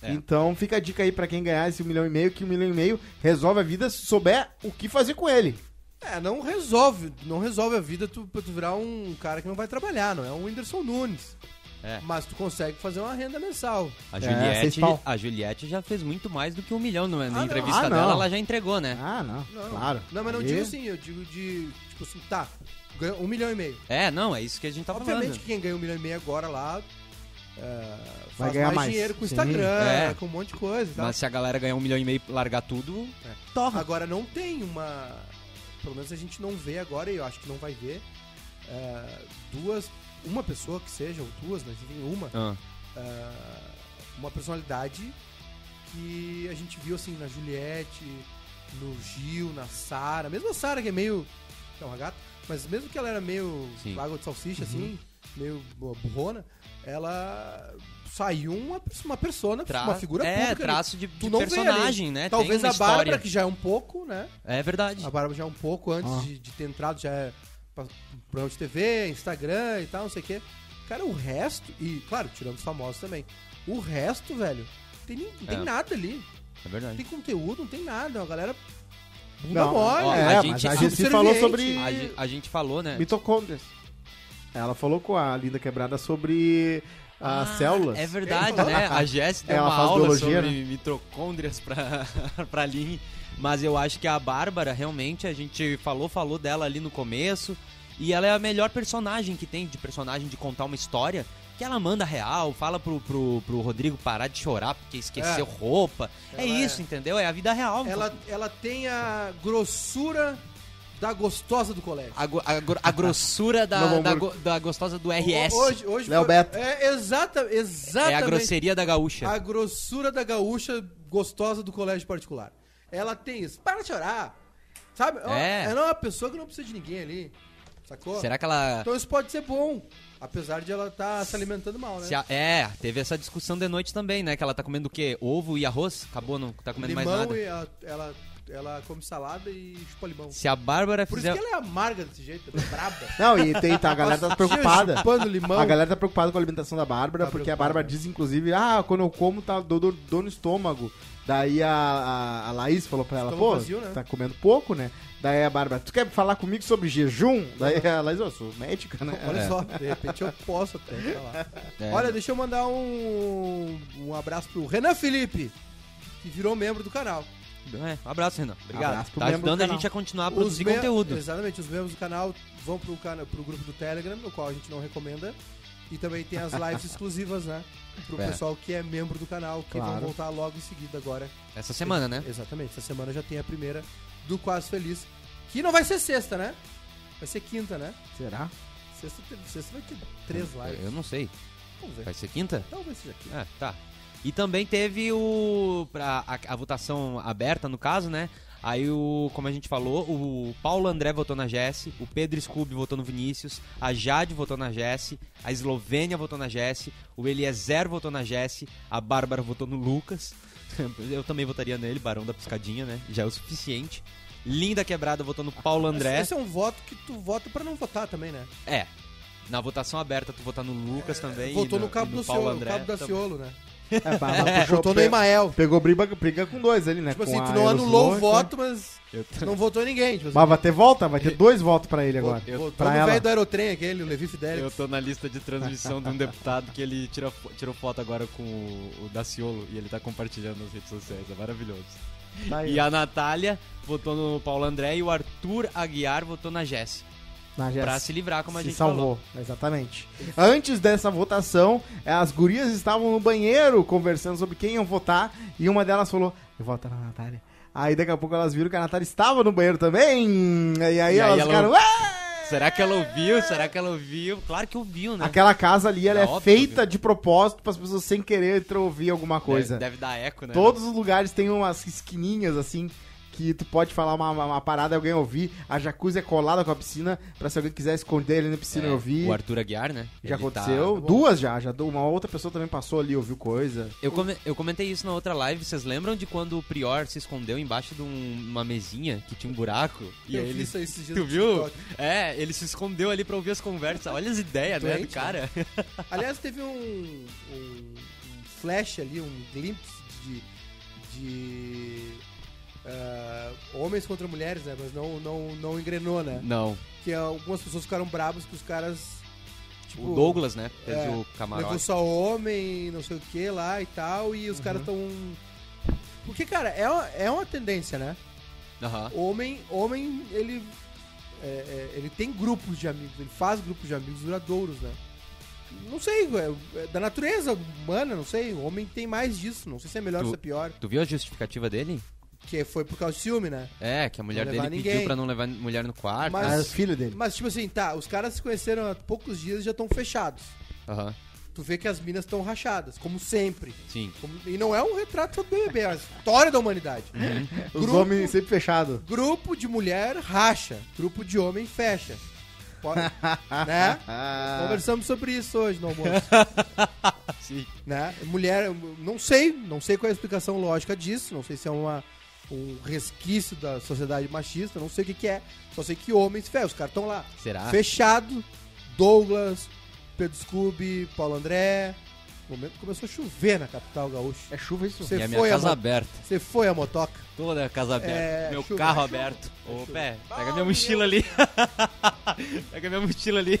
Speaker 4: É.
Speaker 2: Então fica a dica aí pra quem ganhar esse um milhão e meio, que um milhão e meio resolve a vida se souber o que fazer com ele.
Speaker 5: É, não resolve. Não resolve a vida tu, tu virar um cara que não vai trabalhar, não é um Whindersson Nunes.
Speaker 4: É.
Speaker 5: Mas tu consegue fazer uma renda mensal.
Speaker 4: A
Speaker 2: seis
Speaker 4: Juliette,
Speaker 2: pau.
Speaker 4: a Juliette já fez muito mais do que um milhão não é? na
Speaker 5: Ah, não.
Speaker 4: entrevista
Speaker 2: Ah, não.
Speaker 4: dela, ela já entregou, né?
Speaker 2: Ah, não. Claro.
Speaker 5: É. Não, mas não
Speaker 2: Aí-
Speaker 5: digo assim, eu digo de. Tipo assim, tá, ganhou um milhão e meio.
Speaker 4: É, não, é isso que a gente tá
Speaker 5: Obviamente
Speaker 4: falando.
Speaker 5: que quem ganha um milhão e meio agora lá é, faz
Speaker 2: Vai ganhar
Speaker 5: mais,
Speaker 2: mais.
Speaker 5: dinheiro com o
Speaker 2: Sim.
Speaker 5: Instagram,
Speaker 4: É.
Speaker 5: com um monte de coisa e tal.
Speaker 4: Mas se a galera ganhar um milhão e meio e largar tudo, torra.
Speaker 5: Agora não tem uma. Pelo menos a gente não vê agora, e eu acho que não vai ver. é, duas. Uma pessoa que seja, ou duas, mas enfim, uma.
Speaker 4: Ah,
Speaker 5: é, uma personalidade que a gente viu assim na Juliette, no Gil, na Sara. Mesmo a Sara, que é meio. que é uma gata, mas mesmo que ela era meio
Speaker 4: Sim. Uhum.
Speaker 5: água de salsicha, assim, meio bu- burrona, ela saiu uma, uma persona,
Speaker 4: tra-
Speaker 5: uma figura
Speaker 4: é,
Speaker 5: pública. né?
Speaker 4: traço de,
Speaker 5: Tu
Speaker 4: de
Speaker 5: não vê ali.
Speaker 4: personagem, né?
Speaker 5: Talvez
Speaker 4: Tem
Speaker 5: a
Speaker 4: uma
Speaker 5: Bárbara,
Speaker 4: história.
Speaker 5: que já é um pouco, né?
Speaker 4: É verdade.
Speaker 5: A Bárbara já é um pouco antes
Speaker 2: Ah.
Speaker 5: de, de ter entrado, já é pra- programa de TV, Instagram e tal, não sei o quê. Cara, o resto, e claro, tirando os famosos também. O resto, velho, tem, nin- não tem
Speaker 4: É.
Speaker 5: nada ali.
Speaker 4: É
Speaker 5: Não
Speaker 4: verdade.
Speaker 5: tem conteúdo, não tem nada. A galera. Bunda
Speaker 2: Não,
Speaker 5: mole.
Speaker 4: ó,
Speaker 2: é,
Speaker 4: a
Speaker 2: mas
Speaker 4: gente-
Speaker 2: a gente
Speaker 5: subserviente.
Speaker 2: falou sobre
Speaker 4: A, ge- a gente falou, né?
Speaker 2: mitocôndrias. Ela falou com a Linda Quebrada sobre as células. É,
Speaker 4: É verdade,
Speaker 5: Ele
Speaker 4: né? A Jess deu
Speaker 2: Ela
Speaker 4: uma
Speaker 2: faz
Speaker 4: aula
Speaker 2: biologia, né?
Speaker 4: sobre mitocôndrias pra, pra Aline. Mas eu acho que a Bárbara, realmente, a gente falou, falou dela ali no começo. E ela é a melhor personagem que tem de personagem de contar uma história. Que ela manda real, fala pro, pro, pro Rodrigo parar de chorar porque esqueceu
Speaker 5: É.
Speaker 4: roupa.
Speaker 5: Ela
Speaker 4: é
Speaker 5: é-
Speaker 4: isso, entendeu? É a vida real.
Speaker 5: Ela, ela tem a grossura da gostosa do colégio.
Speaker 4: A, go- a gro- a grossura da,
Speaker 2: Novo
Speaker 4: da,
Speaker 2: Hamburgo.
Speaker 4: go- da gostosa do RS.
Speaker 5: Hoje, hoje
Speaker 2: Léo
Speaker 5: foi-
Speaker 2: Beto.
Speaker 5: É, exata, exatamente.
Speaker 4: é a grosseria da gaúcha.
Speaker 5: A grossura da gaúcha gostosa do colégio particular. Ela tem isso. Para de chorar. Sabe?
Speaker 4: É.
Speaker 5: Ela é uma pessoa que não precisa de ninguém ali. Sacou?
Speaker 4: Será que ela.
Speaker 5: Então isso pode ser bom. Apesar de ela estar se alimentando mal, né?
Speaker 4: Se a- é, teve essa discussão de noite também, né? Que ela tá comendo o quê? Ovo e arroz? Acabou, não tá comendo mais
Speaker 5: limão
Speaker 4: nada.
Speaker 5: e ela, ela, ela come salada e chupa limão.
Speaker 4: Se a Bárbara
Speaker 5: Por
Speaker 4: fizer.
Speaker 5: isso que ela é amarga desse jeito, ela é braba.
Speaker 2: Não, e tem, tá, a galera tá preocupada.
Speaker 5: Chupando limão.
Speaker 2: A galera tá preocupada com a alimentação da Bárbara,
Speaker 5: Tá
Speaker 2: porque a
Speaker 5: preocupada.
Speaker 2: Bárbara diz, inclusive, ah, quando eu como, tá dor, dor, dor no estômago. Daí a, a, a Laís falou pra ela,
Speaker 5: Estômago
Speaker 2: pô,
Speaker 5: vazio, né?
Speaker 2: tá comendo pouco, né? Daí a Bárbara, tu quer falar comigo sobre jejum? Daí a Laís, eu sou médica, né?
Speaker 5: Olha
Speaker 4: É.
Speaker 5: só, de repente eu posso até falar.
Speaker 4: É.
Speaker 5: Olha, deixa eu mandar um, um abraço pro Renan Felipe, que virou membro do canal.
Speaker 4: É, um abraço, Renan. Obrigado.
Speaker 2: Abraço pro
Speaker 4: tá
Speaker 2: membro do
Speaker 4: ajudando a
Speaker 2: canal.
Speaker 4: gente a continuar a produzir
Speaker 5: me-
Speaker 4: conteúdo.
Speaker 5: Exatamente, os membros do canal vão pro, cana pro grupo do Telegram, no qual a gente não recomenda. E também tem as lives exclusivas, né? Pro
Speaker 4: É.
Speaker 5: pessoal que é membro do canal, que vão
Speaker 2: Claro.
Speaker 5: voltar logo em seguida agora.
Speaker 4: Essa semana, né?
Speaker 5: Exatamente, essa semana já tem a primeira do Quase Feliz. Que não vai ser sexta, né? Vai ser quinta, né?
Speaker 2: Será?
Speaker 5: Sexta, sexta vai ter três lives.
Speaker 4: Eu não sei.
Speaker 5: Vamos
Speaker 4: Vai
Speaker 5: ver.
Speaker 4: ser quinta?
Speaker 5: Talvez seja quinta.
Speaker 4: É, tá. E também teve o. Pra, a, a votação aberta, no caso, né? Aí, o, como a gente falou, o Paulo André votou na Jesse, o Pedro Scooby votou no Vinícius, a Jade votou na Jesse, a Eslovênia votou na Jesse, o Eliezer votou na Jesse, a Bárbara votou no Lucas. Eu também votaria nele, Barão da Piscadinha, né? Já é o suficiente. Linda Quebrada votou no Paulo André.
Speaker 5: Esse é um voto que tu vota pra não votar também, né?
Speaker 4: É. Na votação aberta, tu votar no Lucas também.
Speaker 5: Votou
Speaker 4: e
Speaker 5: no
Speaker 4: e
Speaker 5: cabo do
Speaker 4: Paulo
Speaker 5: Ciolo, no
Speaker 4: André. tá
Speaker 5: cabo da
Speaker 4: Tam-
Speaker 5: Ciolo, né?
Speaker 2: É, Bárbara puxou-
Speaker 5: Votou no Emael.
Speaker 2: Pegou briga, briga com dois ali, né?
Speaker 5: Tipo
Speaker 2: Com
Speaker 5: assim,
Speaker 2: a
Speaker 5: tu não anulou o
Speaker 2: Eros Lohan,
Speaker 5: voto, mas
Speaker 4: né? Eu
Speaker 5: não votou ninguém. Tipo assim,
Speaker 2: Mas vai ter volta? Vai ter dois votos pra ele agora.
Speaker 5: votou
Speaker 2: pra
Speaker 5: no
Speaker 2: ela.
Speaker 5: velho do Aerotrem aquele, o Levi Fidelix.
Speaker 4: Eu tô na lista de transmissão de um deputado que ele tira fo- tirou foto agora com o, o Daciolo e ele tá compartilhando nas redes sociais. É maravilhoso.
Speaker 2: Tá aí,
Speaker 4: E
Speaker 2: ó.
Speaker 4: a Natália votou no Paulo André e o Arthur Aguiar votou na Jess.
Speaker 2: Na Jéssica.
Speaker 4: Pra se livrar, como a
Speaker 2: se
Speaker 4: gente
Speaker 2: salvou, exatamente. Antes dessa votação, eh, as gurias estavam no banheiro conversando sobre quem iam votar e uma delas falou: Eu voto na Natália. Aí daqui a pouco elas viram que a Natália estava no banheiro também. E aí
Speaker 4: aí
Speaker 2: elas
Speaker 4: ela-
Speaker 2: ficaram. "Ah!" "Ué!"
Speaker 4: falou. Será que ela ouviu? Será que ela ouviu? Claro que ouviu, né?
Speaker 2: Aquela casa ali ela
Speaker 4: É
Speaker 2: é
Speaker 4: óbvio,
Speaker 2: feita
Speaker 4: viu? É,
Speaker 2: de propósito para as pessoas sem querer entre- ouvir alguma coisa.
Speaker 4: Deve, deve dar eco, né?
Speaker 2: Todos os lugares têm umas esquininhas assim que tu pode falar uma, uma, uma parada e alguém ouvir. A jacuzzi é colada com a piscina pra se alguém quiser esconder ele na piscina e ouvir.
Speaker 4: É, O Arthur Aguiar, né?
Speaker 2: Já
Speaker 4: Ele tá-
Speaker 2: aconteceu? Duas já, já. Uma outra pessoa também passou ali, ouviu coisa.
Speaker 4: Eu, come- eu comentei isso na outra live. Vocês lembram de quando o Prior se escondeu embaixo de um- uma mesinha que tinha um buraco? E
Speaker 5: Eu
Speaker 4: aí
Speaker 5: vi
Speaker 4: ele.
Speaker 5: isso aí esses dias
Speaker 4: Tu
Speaker 5: no
Speaker 4: viu?
Speaker 5: TikTok.
Speaker 4: É, ele se escondeu ali pra ouvir as conversas. Olha as ideias, né, do
Speaker 5: Doente,
Speaker 4: cara?
Speaker 5: Aliás, teve um, um- um flash ali, um glimpse de, de, ah, homens contra mulheres, né? Mas não, não, não engrenou, né?
Speaker 4: Não.
Speaker 5: Que algumas pessoas ficaram bravas que os caras... Tipo,
Speaker 4: O Douglas, né? Fez
Speaker 5: é,
Speaker 4: o
Speaker 5: Levou
Speaker 4: camarote.
Speaker 5: só homem, não sei o que lá e tal, e os caras tão...
Speaker 4: Uhum.
Speaker 5: Porque, cara, é uma, é uma tendência, né?
Speaker 4: Aham.
Speaker 5: Homem, homem ele, é, é, ele tem grupos de amigos, ele faz grupos de amigos duradouros, né? Não sei, é, é da natureza humana, não sei. O homem tem mais disso, não sei se é melhor
Speaker 4: Tu-
Speaker 5: ou se é pior.
Speaker 4: Tu viu a justificativa dele?
Speaker 5: Que foi por causa do ciúme, né?
Speaker 4: É, que a mulher
Speaker 5: Não
Speaker 4: dele
Speaker 5: levar
Speaker 4: pediu
Speaker 5: ninguém.
Speaker 4: pra não levar mulher no quarto.
Speaker 5: Mas-
Speaker 2: Era o filho dele.
Speaker 5: Mas, tipo assim, tá, os caras se conheceram há poucos dias e já estão fechados.
Speaker 4: Aham.
Speaker 5: Tu vê que as minas estão rachadas, como sempre.
Speaker 4: Sim.
Speaker 5: Como- e não é um retrato do BBB, é a história da humanidade.
Speaker 2: Os
Speaker 5: Grupo-
Speaker 2: homens sempre fechados.
Speaker 5: Grupo de mulher racha, grupo de homem fecha. Pode, né? Conversamos sobre isso hoje no almoço.
Speaker 4: Sim.
Speaker 5: né? Mulher, não sei, não sei qual é a explicação lógica disso, não sei se é uma, um resquício da sociedade machista, não sei o que, que é, só sei que homens, fé, os caras estão lá,
Speaker 4: Será?
Speaker 5: fechado, Douglas, Pedro Scooby, Paulo André, no momento que começou a chover na capital gaúcha.
Speaker 2: É chuva isso?
Speaker 5: Você
Speaker 4: E a minha
Speaker 5: foi, a
Speaker 4: casa
Speaker 5: mo-
Speaker 4: aberta.
Speaker 5: você foi a motoca.
Speaker 4: Toda a casa aberta.
Speaker 5: É,
Speaker 4: meu
Speaker 5: chuva,
Speaker 4: carro
Speaker 5: chuva,
Speaker 4: aberto. Ô,
Speaker 5: chuva.
Speaker 4: pé, pega minha mochila ali. pega minha mochila ali.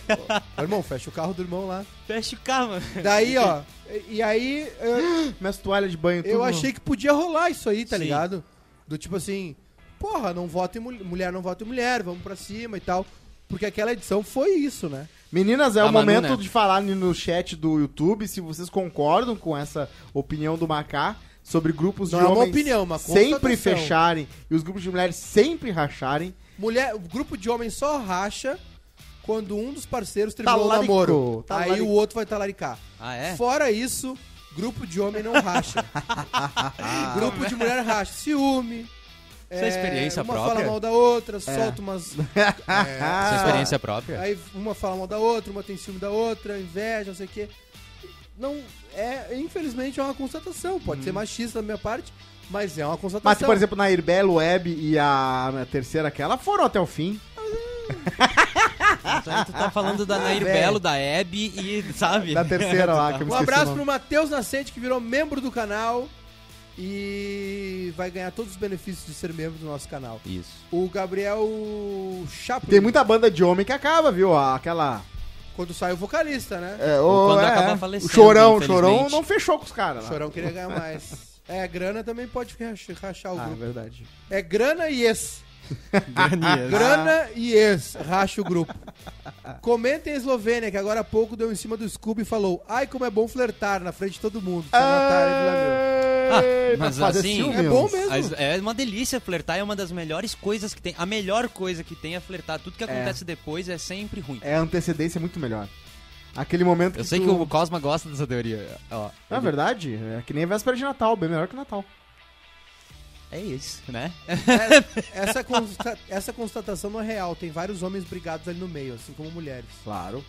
Speaker 5: Ô, irmão, fecha o carro do irmão lá.
Speaker 4: Fecha o carro, mano.
Speaker 5: Daí, ó, e- e aí eu,
Speaker 2: Minhas toalhas de banho, tudo.
Speaker 5: eu achei que podia rolar isso aí, tá
Speaker 4: É Sim.
Speaker 5: ligado? Do tipo assim, porra, não vota em mulher, mulher não vota em mulher, vamos pra cima e tal. Porque aquela edição foi isso, né?
Speaker 2: Meninas, é o
Speaker 4: A Manu,
Speaker 2: momento
Speaker 4: né?
Speaker 2: de falar ali no chat do YouTube se vocês concordam com essa opinião do Macá sobre grupos
Speaker 5: Não
Speaker 2: de
Speaker 5: é uma
Speaker 2: homens
Speaker 5: opinião, é uma
Speaker 2: sempre
Speaker 5: constatação.
Speaker 2: fecharem e os grupos de mulheres sempre racharem.
Speaker 5: Mulher, o grupo de homens só racha quando um dos parceiros
Speaker 4: Tá
Speaker 5: terminou o
Speaker 2: Talaricou,
Speaker 5: namoro. Aí
Speaker 2: talarico.
Speaker 5: o outro vai talaricar.
Speaker 4: Ah, é?
Speaker 5: Fora isso, grupo de homem não racha. grupo de mulher racha. Ciúme.
Speaker 4: Isso é experiência
Speaker 5: uma
Speaker 4: própria? É.
Speaker 5: fala mal da outra, solta umas.
Speaker 4: Essa é
Speaker 5: É,
Speaker 4: experiência própria?
Speaker 5: Aí uma fala mal da outra, uma tem ciúme da outra, inveja, não sei o quê. Não, é, infelizmente é uma constatação. Pode ser machista da minha parte, mas é uma constatação.
Speaker 2: Hum. Mas, por exemplo, na Irbelo Web e a a terceira aquela foram até o fim.
Speaker 4: Então, tu tá falando da Nair
Speaker 5: velho.
Speaker 4: Belo, da Hebe e, sabe?
Speaker 2: Da terceira lá, que eu me
Speaker 5: Um
Speaker 2: esqueci o
Speaker 5: abraço
Speaker 2: nome.
Speaker 5: pro Matheus Nascente, que virou membro do canal e vai ganhar todos os benefícios de ser membro do nosso canal.
Speaker 4: Isso.
Speaker 5: O Gabriel Chaplin,
Speaker 2: Tem muita banda de homem que acaba, viu? Aquela.
Speaker 5: quando sai o vocalista, né?
Speaker 2: É,
Speaker 4: Ou
Speaker 2: ô,
Speaker 4: quando
Speaker 2: é,
Speaker 4: acaba
Speaker 2: é.
Speaker 4: falecendo,
Speaker 2: O chorão, o
Speaker 4: infelizmente.
Speaker 2: chorão não fechou com os caras.
Speaker 5: O
Speaker 2: lá.
Speaker 5: Chorão queria ganhar mais. É, grana também pode rach- rachar o
Speaker 2: Ah, é
Speaker 5: grupo.
Speaker 2: verdade.
Speaker 5: É grana e ex.
Speaker 4: Granias.
Speaker 5: Grana e ex, racha o grupo. Comentem a Eslovênia, que agora há pouco deu em cima do Scooby e falou: Ai, como é bom flertar na frente de todo mundo. é Se anotar, ele lá, meu."
Speaker 2: Ah,
Speaker 4: mas assim,
Speaker 5: É bom mesmo.
Speaker 4: As- É uma delícia flertar, é uma das melhores coisas que tem. A melhor coisa que tem é flertar. Tudo que acontece depois é sempre ruim.
Speaker 2: É a antecedência é muito melhor. Aquele momento
Speaker 4: Eu sei que
Speaker 2: tu-
Speaker 4: o Cosma gosta dessa teoria. Ó,
Speaker 2: Na
Speaker 4: ele-
Speaker 2: verdade, é que nem a véspera de Natal, bem melhor que Natal.
Speaker 4: é isso, né?
Speaker 5: Essa, consta- essa constatação não é real. Tem vários homens brigados ali no meio, assim como mulheres.
Speaker 2: Claro.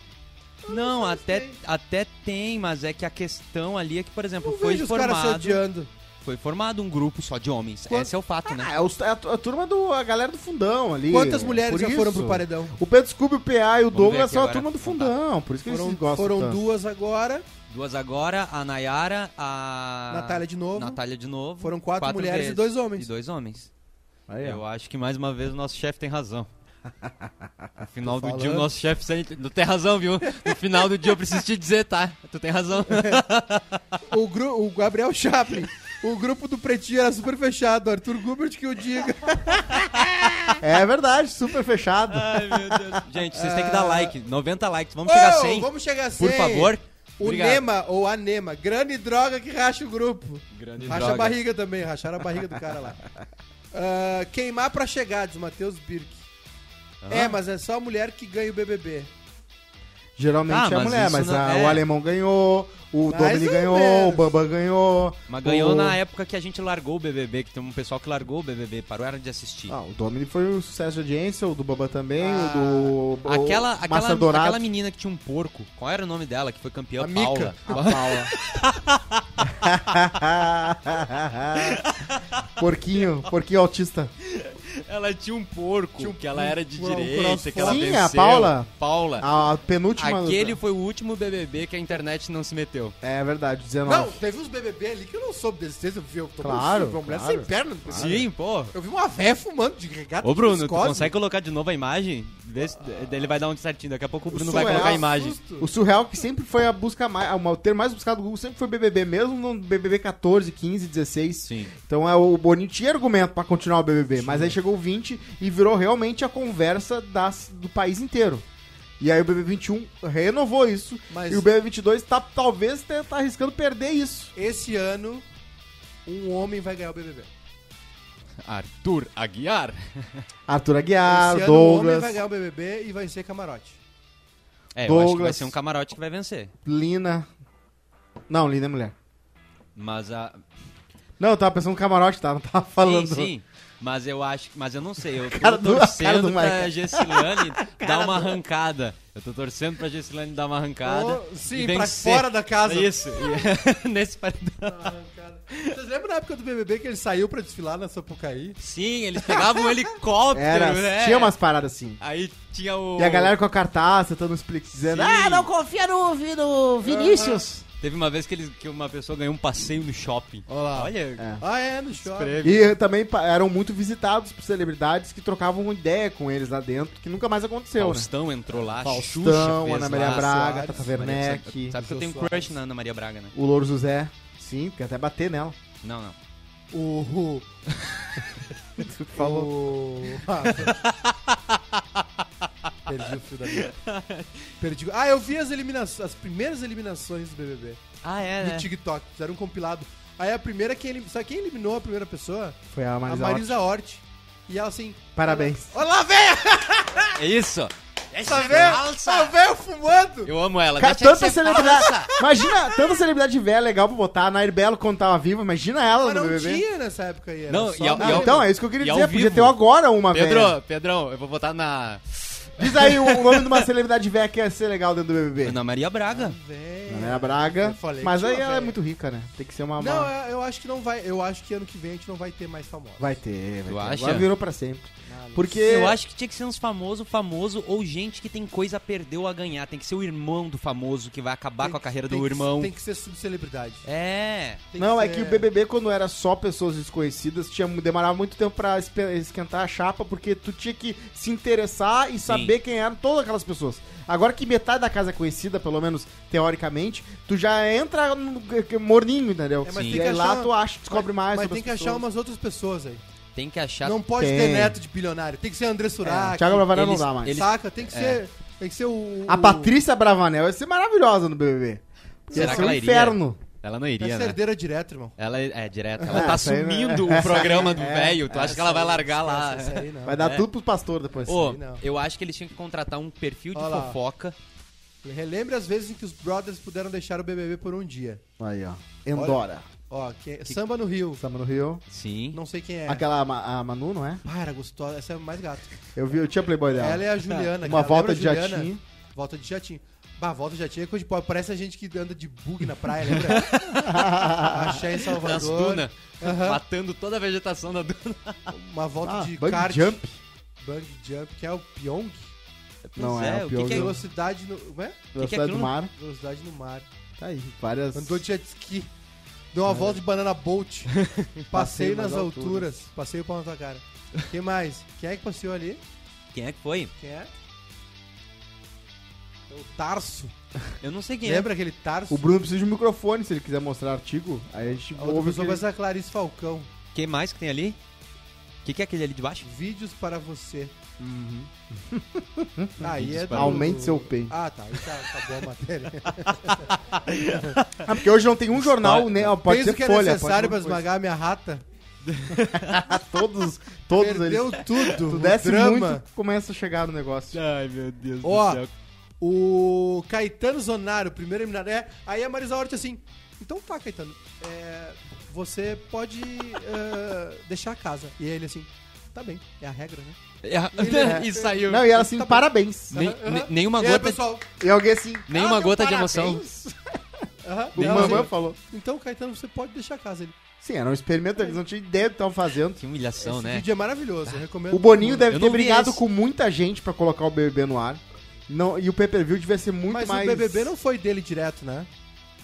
Speaker 4: Não, até, até tem, mas é que a questão ali é que, por exemplo,
Speaker 5: Eu
Speaker 4: foi
Speaker 5: vejo os caras se
Speaker 4: formado,
Speaker 5: odiando.
Speaker 4: foi formado um grupo só de homens.
Speaker 5: Quanto-
Speaker 4: Esse é o fato, né?
Speaker 2: Ah, é os- é a, tu- a turma do. a galera do fundão ali.
Speaker 5: Quantas
Speaker 2: É
Speaker 5: mulheres
Speaker 2: por
Speaker 5: já
Speaker 2: isso.
Speaker 5: foram pro paredão?
Speaker 2: O Pedro Scooby, o PA e o
Speaker 4: Vamos ver
Speaker 2: Douglas
Speaker 4: aqui
Speaker 2: são a
Speaker 4: agora.
Speaker 2: turma do fundão. Por isso que
Speaker 5: Foram,
Speaker 2: eles gostam.
Speaker 5: foram
Speaker 2: tanto.
Speaker 5: duas agora,
Speaker 4: Duas agora, a Nayara, a.
Speaker 5: Natália de novo.
Speaker 4: Natália de novo.
Speaker 5: Foram quatro mulheres e
Speaker 4: vezes.
Speaker 5: dois homens.
Speaker 4: E dois homens.
Speaker 2: Aí, ó.
Speaker 4: Eu acho que mais uma vez o nosso chefe tem razão. No final
Speaker 5: Tô
Speaker 4: do dia, o
Speaker 5: falando.
Speaker 4: nosso chefe sempre- não tem razão, viu? No final do dia eu preciso te dizer, tá? Tu tem razão.
Speaker 5: O, gru- o Gabriel Chaplin. O grupo do Pretinho era super fechado. Arthur Gubert que eu diga.
Speaker 2: É verdade, super fechado.
Speaker 4: Ai, meu Deus. Gente, vocês têm que dar like. 90 likes. Vamos chegar a
Speaker 5: Ô,
Speaker 4: 100,
Speaker 5: Vamos chegar a 100.
Speaker 4: por favor.
Speaker 5: O
Speaker 4: Obrigado.
Speaker 5: Nema ou a Nema. Grande droga que racha o grupo.
Speaker 4: Grande
Speaker 5: racha a
Speaker 4: droga.
Speaker 5: barriga também. Racharam a barriga do cara lá. Ah, queimar pra chegar, diz Matheus Birk. É, mas é só a mulher que ganha o BBB.
Speaker 2: Geralmente
Speaker 4: Ah,
Speaker 2: é
Speaker 4: mas
Speaker 2: mulher,
Speaker 4: isso
Speaker 2: mas
Speaker 4: não-
Speaker 2: a-
Speaker 4: é.
Speaker 2: o alemão ganhou, o
Speaker 5: Mais
Speaker 2: Domini
Speaker 5: ou
Speaker 2: ganhou,
Speaker 5: menos.
Speaker 2: o Bambam ganhou.
Speaker 4: Mas ganhou
Speaker 2: o...
Speaker 4: na época que a gente largou o BBB, que tem um pessoal que largou o BBB, pararam de assistir.
Speaker 2: Ah, o Domini foi um sucesso de audiência, o do Bambam também, o do. o
Speaker 4: Ah, Aquela,
Speaker 2: Massa
Speaker 4: aquela,
Speaker 2: Dourado.
Speaker 4: aquela menina que tinha um porco, qual era o nome dela que foi campeã?
Speaker 5: A Mica.
Speaker 4: Paula.
Speaker 2: porquinho, porquinho autista.
Speaker 4: Ela tinha um porco, que ela era de
Speaker 5: um
Speaker 4: direita, que ela
Speaker 2: Sim,
Speaker 4: venceu.
Speaker 2: a Paula.
Speaker 4: Paula.
Speaker 2: A penúltima.
Speaker 4: Aquele foi o último BBB que a internet não se meteu.
Speaker 2: É verdade, 19.
Speaker 5: Não, teve uns BBB ali que eu não soube da existência. Eu vi eu tomei um
Speaker 2: Claro,
Speaker 5: suco, uma mulher
Speaker 2: claro.
Speaker 5: sem perna.
Speaker 4: Sim, pô.
Speaker 5: Eu vi uma véia fumando de regata.
Speaker 4: Ô, Bruno, tu
Speaker 5: viscose.
Speaker 4: consegue colocar de novo a imagem? Vê se- Ele vai dar um certinho. Daqui a pouco o Bruno vai
Speaker 2: surreal,
Speaker 4: colocar a imagem.
Speaker 5: Susto.
Speaker 2: O surreal que sempre foi a busca mais. O ter mais buscado do Google sempre foi BBB, mesmo no BBB 14, 15, 16.
Speaker 4: Sim.
Speaker 2: Então é, o Boninho tinha argumento pra continuar o BBB, mas aí chegou o 20 e virou realmente a conversa das- do país inteiro. E aí o BBB 21 renovou isso
Speaker 5: Mas-
Speaker 2: e o BBB 22 tá, talvez tá, tá arriscando perder isso.
Speaker 5: Esse ano, um homem vai ganhar o BBB.
Speaker 4: Arthur Aguiar.
Speaker 2: Arthur Aguiar,
Speaker 4: Ah,
Speaker 5: Esse ano, um homem
Speaker 2: Douglas,
Speaker 5: vai ganhar o BBB e vai ser camarote.
Speaker 4: É, eu acho que vai
Speaker 2: Douglas.
Speaker 4: ser um camarote que vai vencer.
Speaker 2: Lina. Não, Lina é mulher.
Speaker 4: Mas a.
Speaker 2: Não, eu tava pensando no camarote, tá? Não tava falando.
Speaker 4: Sim, sim. Mas eu acho que. Mas eu não sei. Eu tô
Speaker 2: Cara do- cara
Speaker 4: torcendo
Speaker 2: do
Speaker 4: pra
Speaker 2: Michael.
Speaker 4: Gessilane dar uma arrancada. Eu tô torcendo pra Gessilane dar uma arrancada.
Speaker 5: Oh,
Speaker 4: e
Speaker 5: sim, pra
Speaker 4: vencer.
Speaker 5: fora da casa.
Speaker 4: Isso. E- Nesse paredão.
Speaker 5: Vocês lembram da época do BBB que ele saiu pra desfilar na Sapucaí?
Speaker 4: Sim, eles pegavam um helicóptero,
Speaker 2: Era,
Speaker 5: É.
Speaker 4: né?
Speaker 2: tinha umas paradas assim.
Speaker 4: Aí tinha o.
Speaker 2: E a galera com a cartaz tentando explicar, dizendo,
Speaker 4: Sim.
Speaker 2: ah, não confia no, no Vinícius.
Speaker 4: Teve uma vez que, eles, que uma pessoa ganhou um passeio no shopping.
Speaker 5: lá.
Speaker 4: Olha,
Speaker 5: Ah, é, no shopping.
Speaker 4: prêmio.
Speaker 2: E também pa- eram muito visitados por celebridades que trocavam ideia com eles lá dentro, que nunca mais aconteceu, né?
Speaker 4: Faustão entrou lá, Xuxa
Speaker 2: Faustão,
Speaker 4: fez
Speaker 2: Ana Maria
Speaker 4: lá,
Speaker 2: Braga,
Speaker 5: Soares,
Speaker 2: Tata
Speaker 4: Maria-
Speaker 2: Werneck,
Speaker 4: Sabe que eu tenho
Speaker 5: Jô Soares.
Speaker 4: crush na Ana Maria Braga, né?
Speaker 2: o Louro José. Sim, quer até bater nela.
Speaker 4: Não, não.
Speaker 5: O. o-
Speaker 2: Tu falou.
Speaker 5: o- Ah, Perdi o fio da minha. Perdi. Ah, eu vi as eliminações, as primeiras eliminações do BBB
Speaker 4: Ah, é,
Speaker 5: no TikTok. Fizeram um compilado. Aí a primeira que elim... sabe quem eliminou a primeira pessoa?
Speaker 2: Foi a Marisa.
Speaker 5: a
Speaker 2: Hort.
Speaker 5: Marisa Hort. E ela assim,
Speaker 2: Parabéns.
Speaker 5: olha lá, velho!
Speaker 4: É isso.
Speaker 5: Tá vendo? Tá velho fumando!
Speaker 4: Eu amo ela.
Speaker 2: Cara,
Speaker 4: Deixa de
Speaker 2: tanta
Speaker 4: ser
Speaker 2: celebridade.
Speaker 4: falsa.
Speaker 2: Imagina, tanta celebridade velha legal pra botar. A Nair Belo quando tava viva, imagina ela
Speaker 5: Mas
Speaker 2: no
Speaker 5: não
Speaker 2: BBB.
Speaker 5: tinha nessa época aí. era
Speaker 4: Não,
Speaker 5: só
Speaker 4: e ao-
Speaker 5: uma-
Speaker 2: Ah, então, é isso que eu queria
Speaker 4: E ao
Speaker 2: dizer. Podia
Speaker 4: vivo.
Speaker 2: ter agora uma velha.
Speaker 4: Pedro, Pedrão, eu vou botar na.
Speaker 2: Diz aí o o nome de uma celebridade velha que ia ser legal dentro do BBB.
Speaker 4: Ana Maria Braga.
Speaker 5: Véia.
Speaker 2: Ana Maria Né, Braga.
Speaker 5: Eu falei que
Speaker 2: Mas
Speaker 5: tinha
Speaker 2: aí
Speaker 5: uma
Speaker 2: ela é
Speaker 5: velha.
Speaker 2: muito rica, né? Tem que ser uma.
Speaker 5: Não, é.
Speaker 2: uma-
Speaker 4: é,
Speaker 5: eu, eu acho que não vai. Eu acho que ano que vem a gente não vai ter mais famosos.
Speaker 2: Vai ter, vai
Speaker 4: Tu
Speaker 2: ter.
Speaker 4: acha?
Speaker 2: Agora virou pra sempre. Porque.
Speaker 4: Eu acho que tinha que ser uns famoso, famoso ou gente que tem coisa a perder ou a ganhar. Tem que ser o irmão do famoso que vai acabar
Speaker 5: Tem
Speaker 4: com a
Speaker 5: que-
Speaker 4: carreira
Speaker 5: tem
Speaker 4: do
Speaker 5: que-
Speaker 4: irmão.
Speaker 5: Tem que ser subcelebridade.
Speaker 4: É.
Speaker 5: Tem
Speaker 2: não, é
Speaker 5: ser-
Speaker 2: que o BBB, quando era só pessoas desconhecidas, tinha, demorava muito tempo pra espe- esquentar a chapa, porque tu tinha que se interessar e saber quem eram todas aquelas pessoas. Agora que metade da casa é conhecida, pelo menos teoricamente, tu já entra no g- g- morninho, entendeu?
Speaker 5: É, mas
Speaker 4: Sim.
Speaker 5: tem
Speaker 2: E
Speaker 5: que
Speaker 2: aí lá
Speaker 5: achar-
Speaker 2: tu acha, descobre mais
Speaker 5: Mas
Speaker 2: sobre
Speaker 5: tem
Speaker 2: as
Speaker 5: que achar
Speaker 2: pessoas.
Speaker 5: umas outras pessoas aí.
Speaker 4: Tem que achar.
Speaker 5: Não pode
Speaker 2: Tem.
Speaker 5: ter neto de bilionário. Tem que ser
Speaker 4: É.
Speaker 5: André Surak.
Speaker 2: Thiago Bravanel não
Speaker 4: eles-
Speaker 2: dá mais.
Speaker 4: eles-
Speaker 5: Saca? Tem que
Speaker 4: é.
Speaker 5: ser. Tem que ser o.
Speaker 2: A
Speaker 5: o-
Speaker 2: Patrícia Bravanel ia ser maravilhosa no BBB.
Speaker 4: Será
Speaker 2: ia
Speaker 4: que
Speaker 2: ser um
Speaker 4: ela iria?
Speaker 2: inferno.
Speaker 4: Ela não
Speaker 5: Tem que
Speaker 4: iria,
Speaker 5: ser
Speaker 4: né?
Speaker 5: é herdeira direta, irmão.
Speaker 4: Ela é é, direto. Ela
Speaker 2: É,
Speaker 4: tá
Speaker 2: essa aí não-
Speaker 4: assumindo o programa do velho. Tu acha que ela vai largar lá?
Speaker 5: Essa- essa aí não.
Speaker 2: Vai dar
Speaker 4: É.
Speaker 2: tudo pros pastores depois.
Speaker 4: Ô,
Speaker 5: aí não.
Speaker 4: eu acho que eles tinham que contratar um perfil de
Speaker 5: Olha lá.
Speaker 4: fofoca.
Speaker 5: Relembre as vezes em que os brothers puderam deixar o BBB por um dia.
Speaker 2: Aí, ó. Endora.
Speaker 5: Ó, que- é Samba no Rio.
Speaker 2: Samba no Rio.
Speaker 4: Sim.
Speaker 5: Não sei quem é.
Speaker 2: Aquela Ma- a Manu, não é?
Speaker 5: Para, gostosa. Essa é mais gato.
Speaker 2: Eu vi, eu tinha Playboy dela.
Speaker 5: Ela é a Juliana.
Speaker 2: Uma
Speaker 5: cara.
Speaker 2: volta
Speaker 5: Lembra
Speaker 2: de
Speaker 5: a Juliana?
Speaker 2: jatinho.
Speaker 5: Volta de jatinho. Bah, volta de jatinho é coisa de pobre. Parece a gente que anda de bug na praia, lembra? Achei em
Speaker 4: Nas
Speaker 5: Salvador.
Speaker 4: dunas,
Speaker 5: Aham.
Speaker 4: matando toda a vegetação da duna.
Speaker 5: Uma volta
Speaker 2: Ah,
Speaker 5: de
Speaker 2: bungee
Speaker 5: kart.
Speaker 2: jump?
Speaker 5: Bungee jump, que é o Pyong.
Speaker 2: Não,
Speaker 4: Pois
Speaker 2: é, o
Speaker 4: o que,
Speaker 2: pior
Speaker 4: que é
Speaker 2: jogo.
Speaker 4: isso?
Speaker 5: Velocidade no... Como é?
Speaker 4: que é
Speaker 2: Velocidade do
Speaker 4: aquilo?
Speaker 2: mar.
Speaker 5: Velocidade no mar.
Speaker 2: Tá aí, várias...
Speaker 5: Andou de jet ski. Deu
Speaker 2: É.
Speaker 5: uma volta de banana bolt. Passeio
Speaker 2: Passeio
Speaker 5: nas
Speaker 2: nas
Speaker 5: alturas. Passeio pra nossa cara. Quem mais? Quem é que passeou ali?
Speaker 4: Quem é que foi?
Speaker 5: Quem é? É O Tarso.
Speaker 4: Eu não sei quem é?
Speaker 5: Lembra aquele Tarso?
Speaker 2: O Bruno precisa de um microfone, se ele quiser mostrar artigo. Aí a gente
Speaker 5: A outra
Speaker 2: ouve o que
Speaker 5: pessoa
Speaker 2: ele...
Speaker 5: vai ser a Clarice Falcão.
Speaker 4: é. Quem mais que tem ali? O que, que é aquele ali de baixo?
Speaker 5: Vídeos para você. Aí é do-
Speaker 2: Uhum. Aumente seu peito.
Speaker 5: Ah, tá. Aí tá, acabou a matéria.
Speaker 2: Ah, porque hoje não tem um jornal, né? Ó, Pode
Speaker 5: Fez o
Speaker 2: ser
Speaker 5: que é
Speaker 2: Folha, pode
Speaker 5: necessário
Speaker 2: ser
Speaker 5: pra
Speaker 2: um monte de
Speaker 5: esmagar a minha rata.
Speaker 2: coisa. Todos, todos
Speaker 5: Perdeu
Speaker 2: eles.
Speaker 5: tudo.
Speaker 2: Tu
Speaker 5: o
Speaker 2: desce
Speaker 5: drama.
Speaker 2: muito, começa a chegar no negócio.
Speaker 4: Ai, meu Deus
Speaker 5: Ó, o Caetano Zonaro, primeiro eliminado. É, aí a Marisa Hort assim, então tá, Caetano, é, você pode eh, deixar a casa. E ele assim, tá bem, é a regra, né?
Speaker 4: e saiu.
Speaker 2: Não, e ela
Speaker 5: Tá
Speaker 2: assim, parabéns.
Speaker 4: Nem- ne- nenhuma
Speaker 5: E aí,
Speaker 4: gota,
Speaker 5: pessoal,
Speaker 2: E alguém assim...
Speaker 4: nenhuma
Speaker 2: "Ah,
Speaker 4: gota de
Speaker 2: parabéns."
Speaker 4: emoção.
Speaker 5: aham.
Speaker 2: O
Speaker 5: Ela
Speaker 2: Mamã
Speaker 5: assim,
Speaker 2: falou.
Speaker 5: então, Caetano, você pode deixar a casa. Ele,
Speaker 2: Sim, era um experimento, eles não tinham ideia do que estavam fazendo.
Speaker 4: Que humilhação,
Speaker 5: Esse
Speaker 4: né?
Speaker 5: vídeo é maravilhoso, eu recomendo.
Speaker 2: O Boninho deve
Speaker 4: Eu
Speaker 2: ter
Speaker 4: não vi
Speaker 2: brigado
Speaker 4: esse.
Speaker 2: com muita gente pra colocar o BBB no ar. Não, e o pay-per-view devia ser muito
Speaker 5: Mas
Speaker 2: mais...
Speaker 5: o BBB não foi dele direto, né?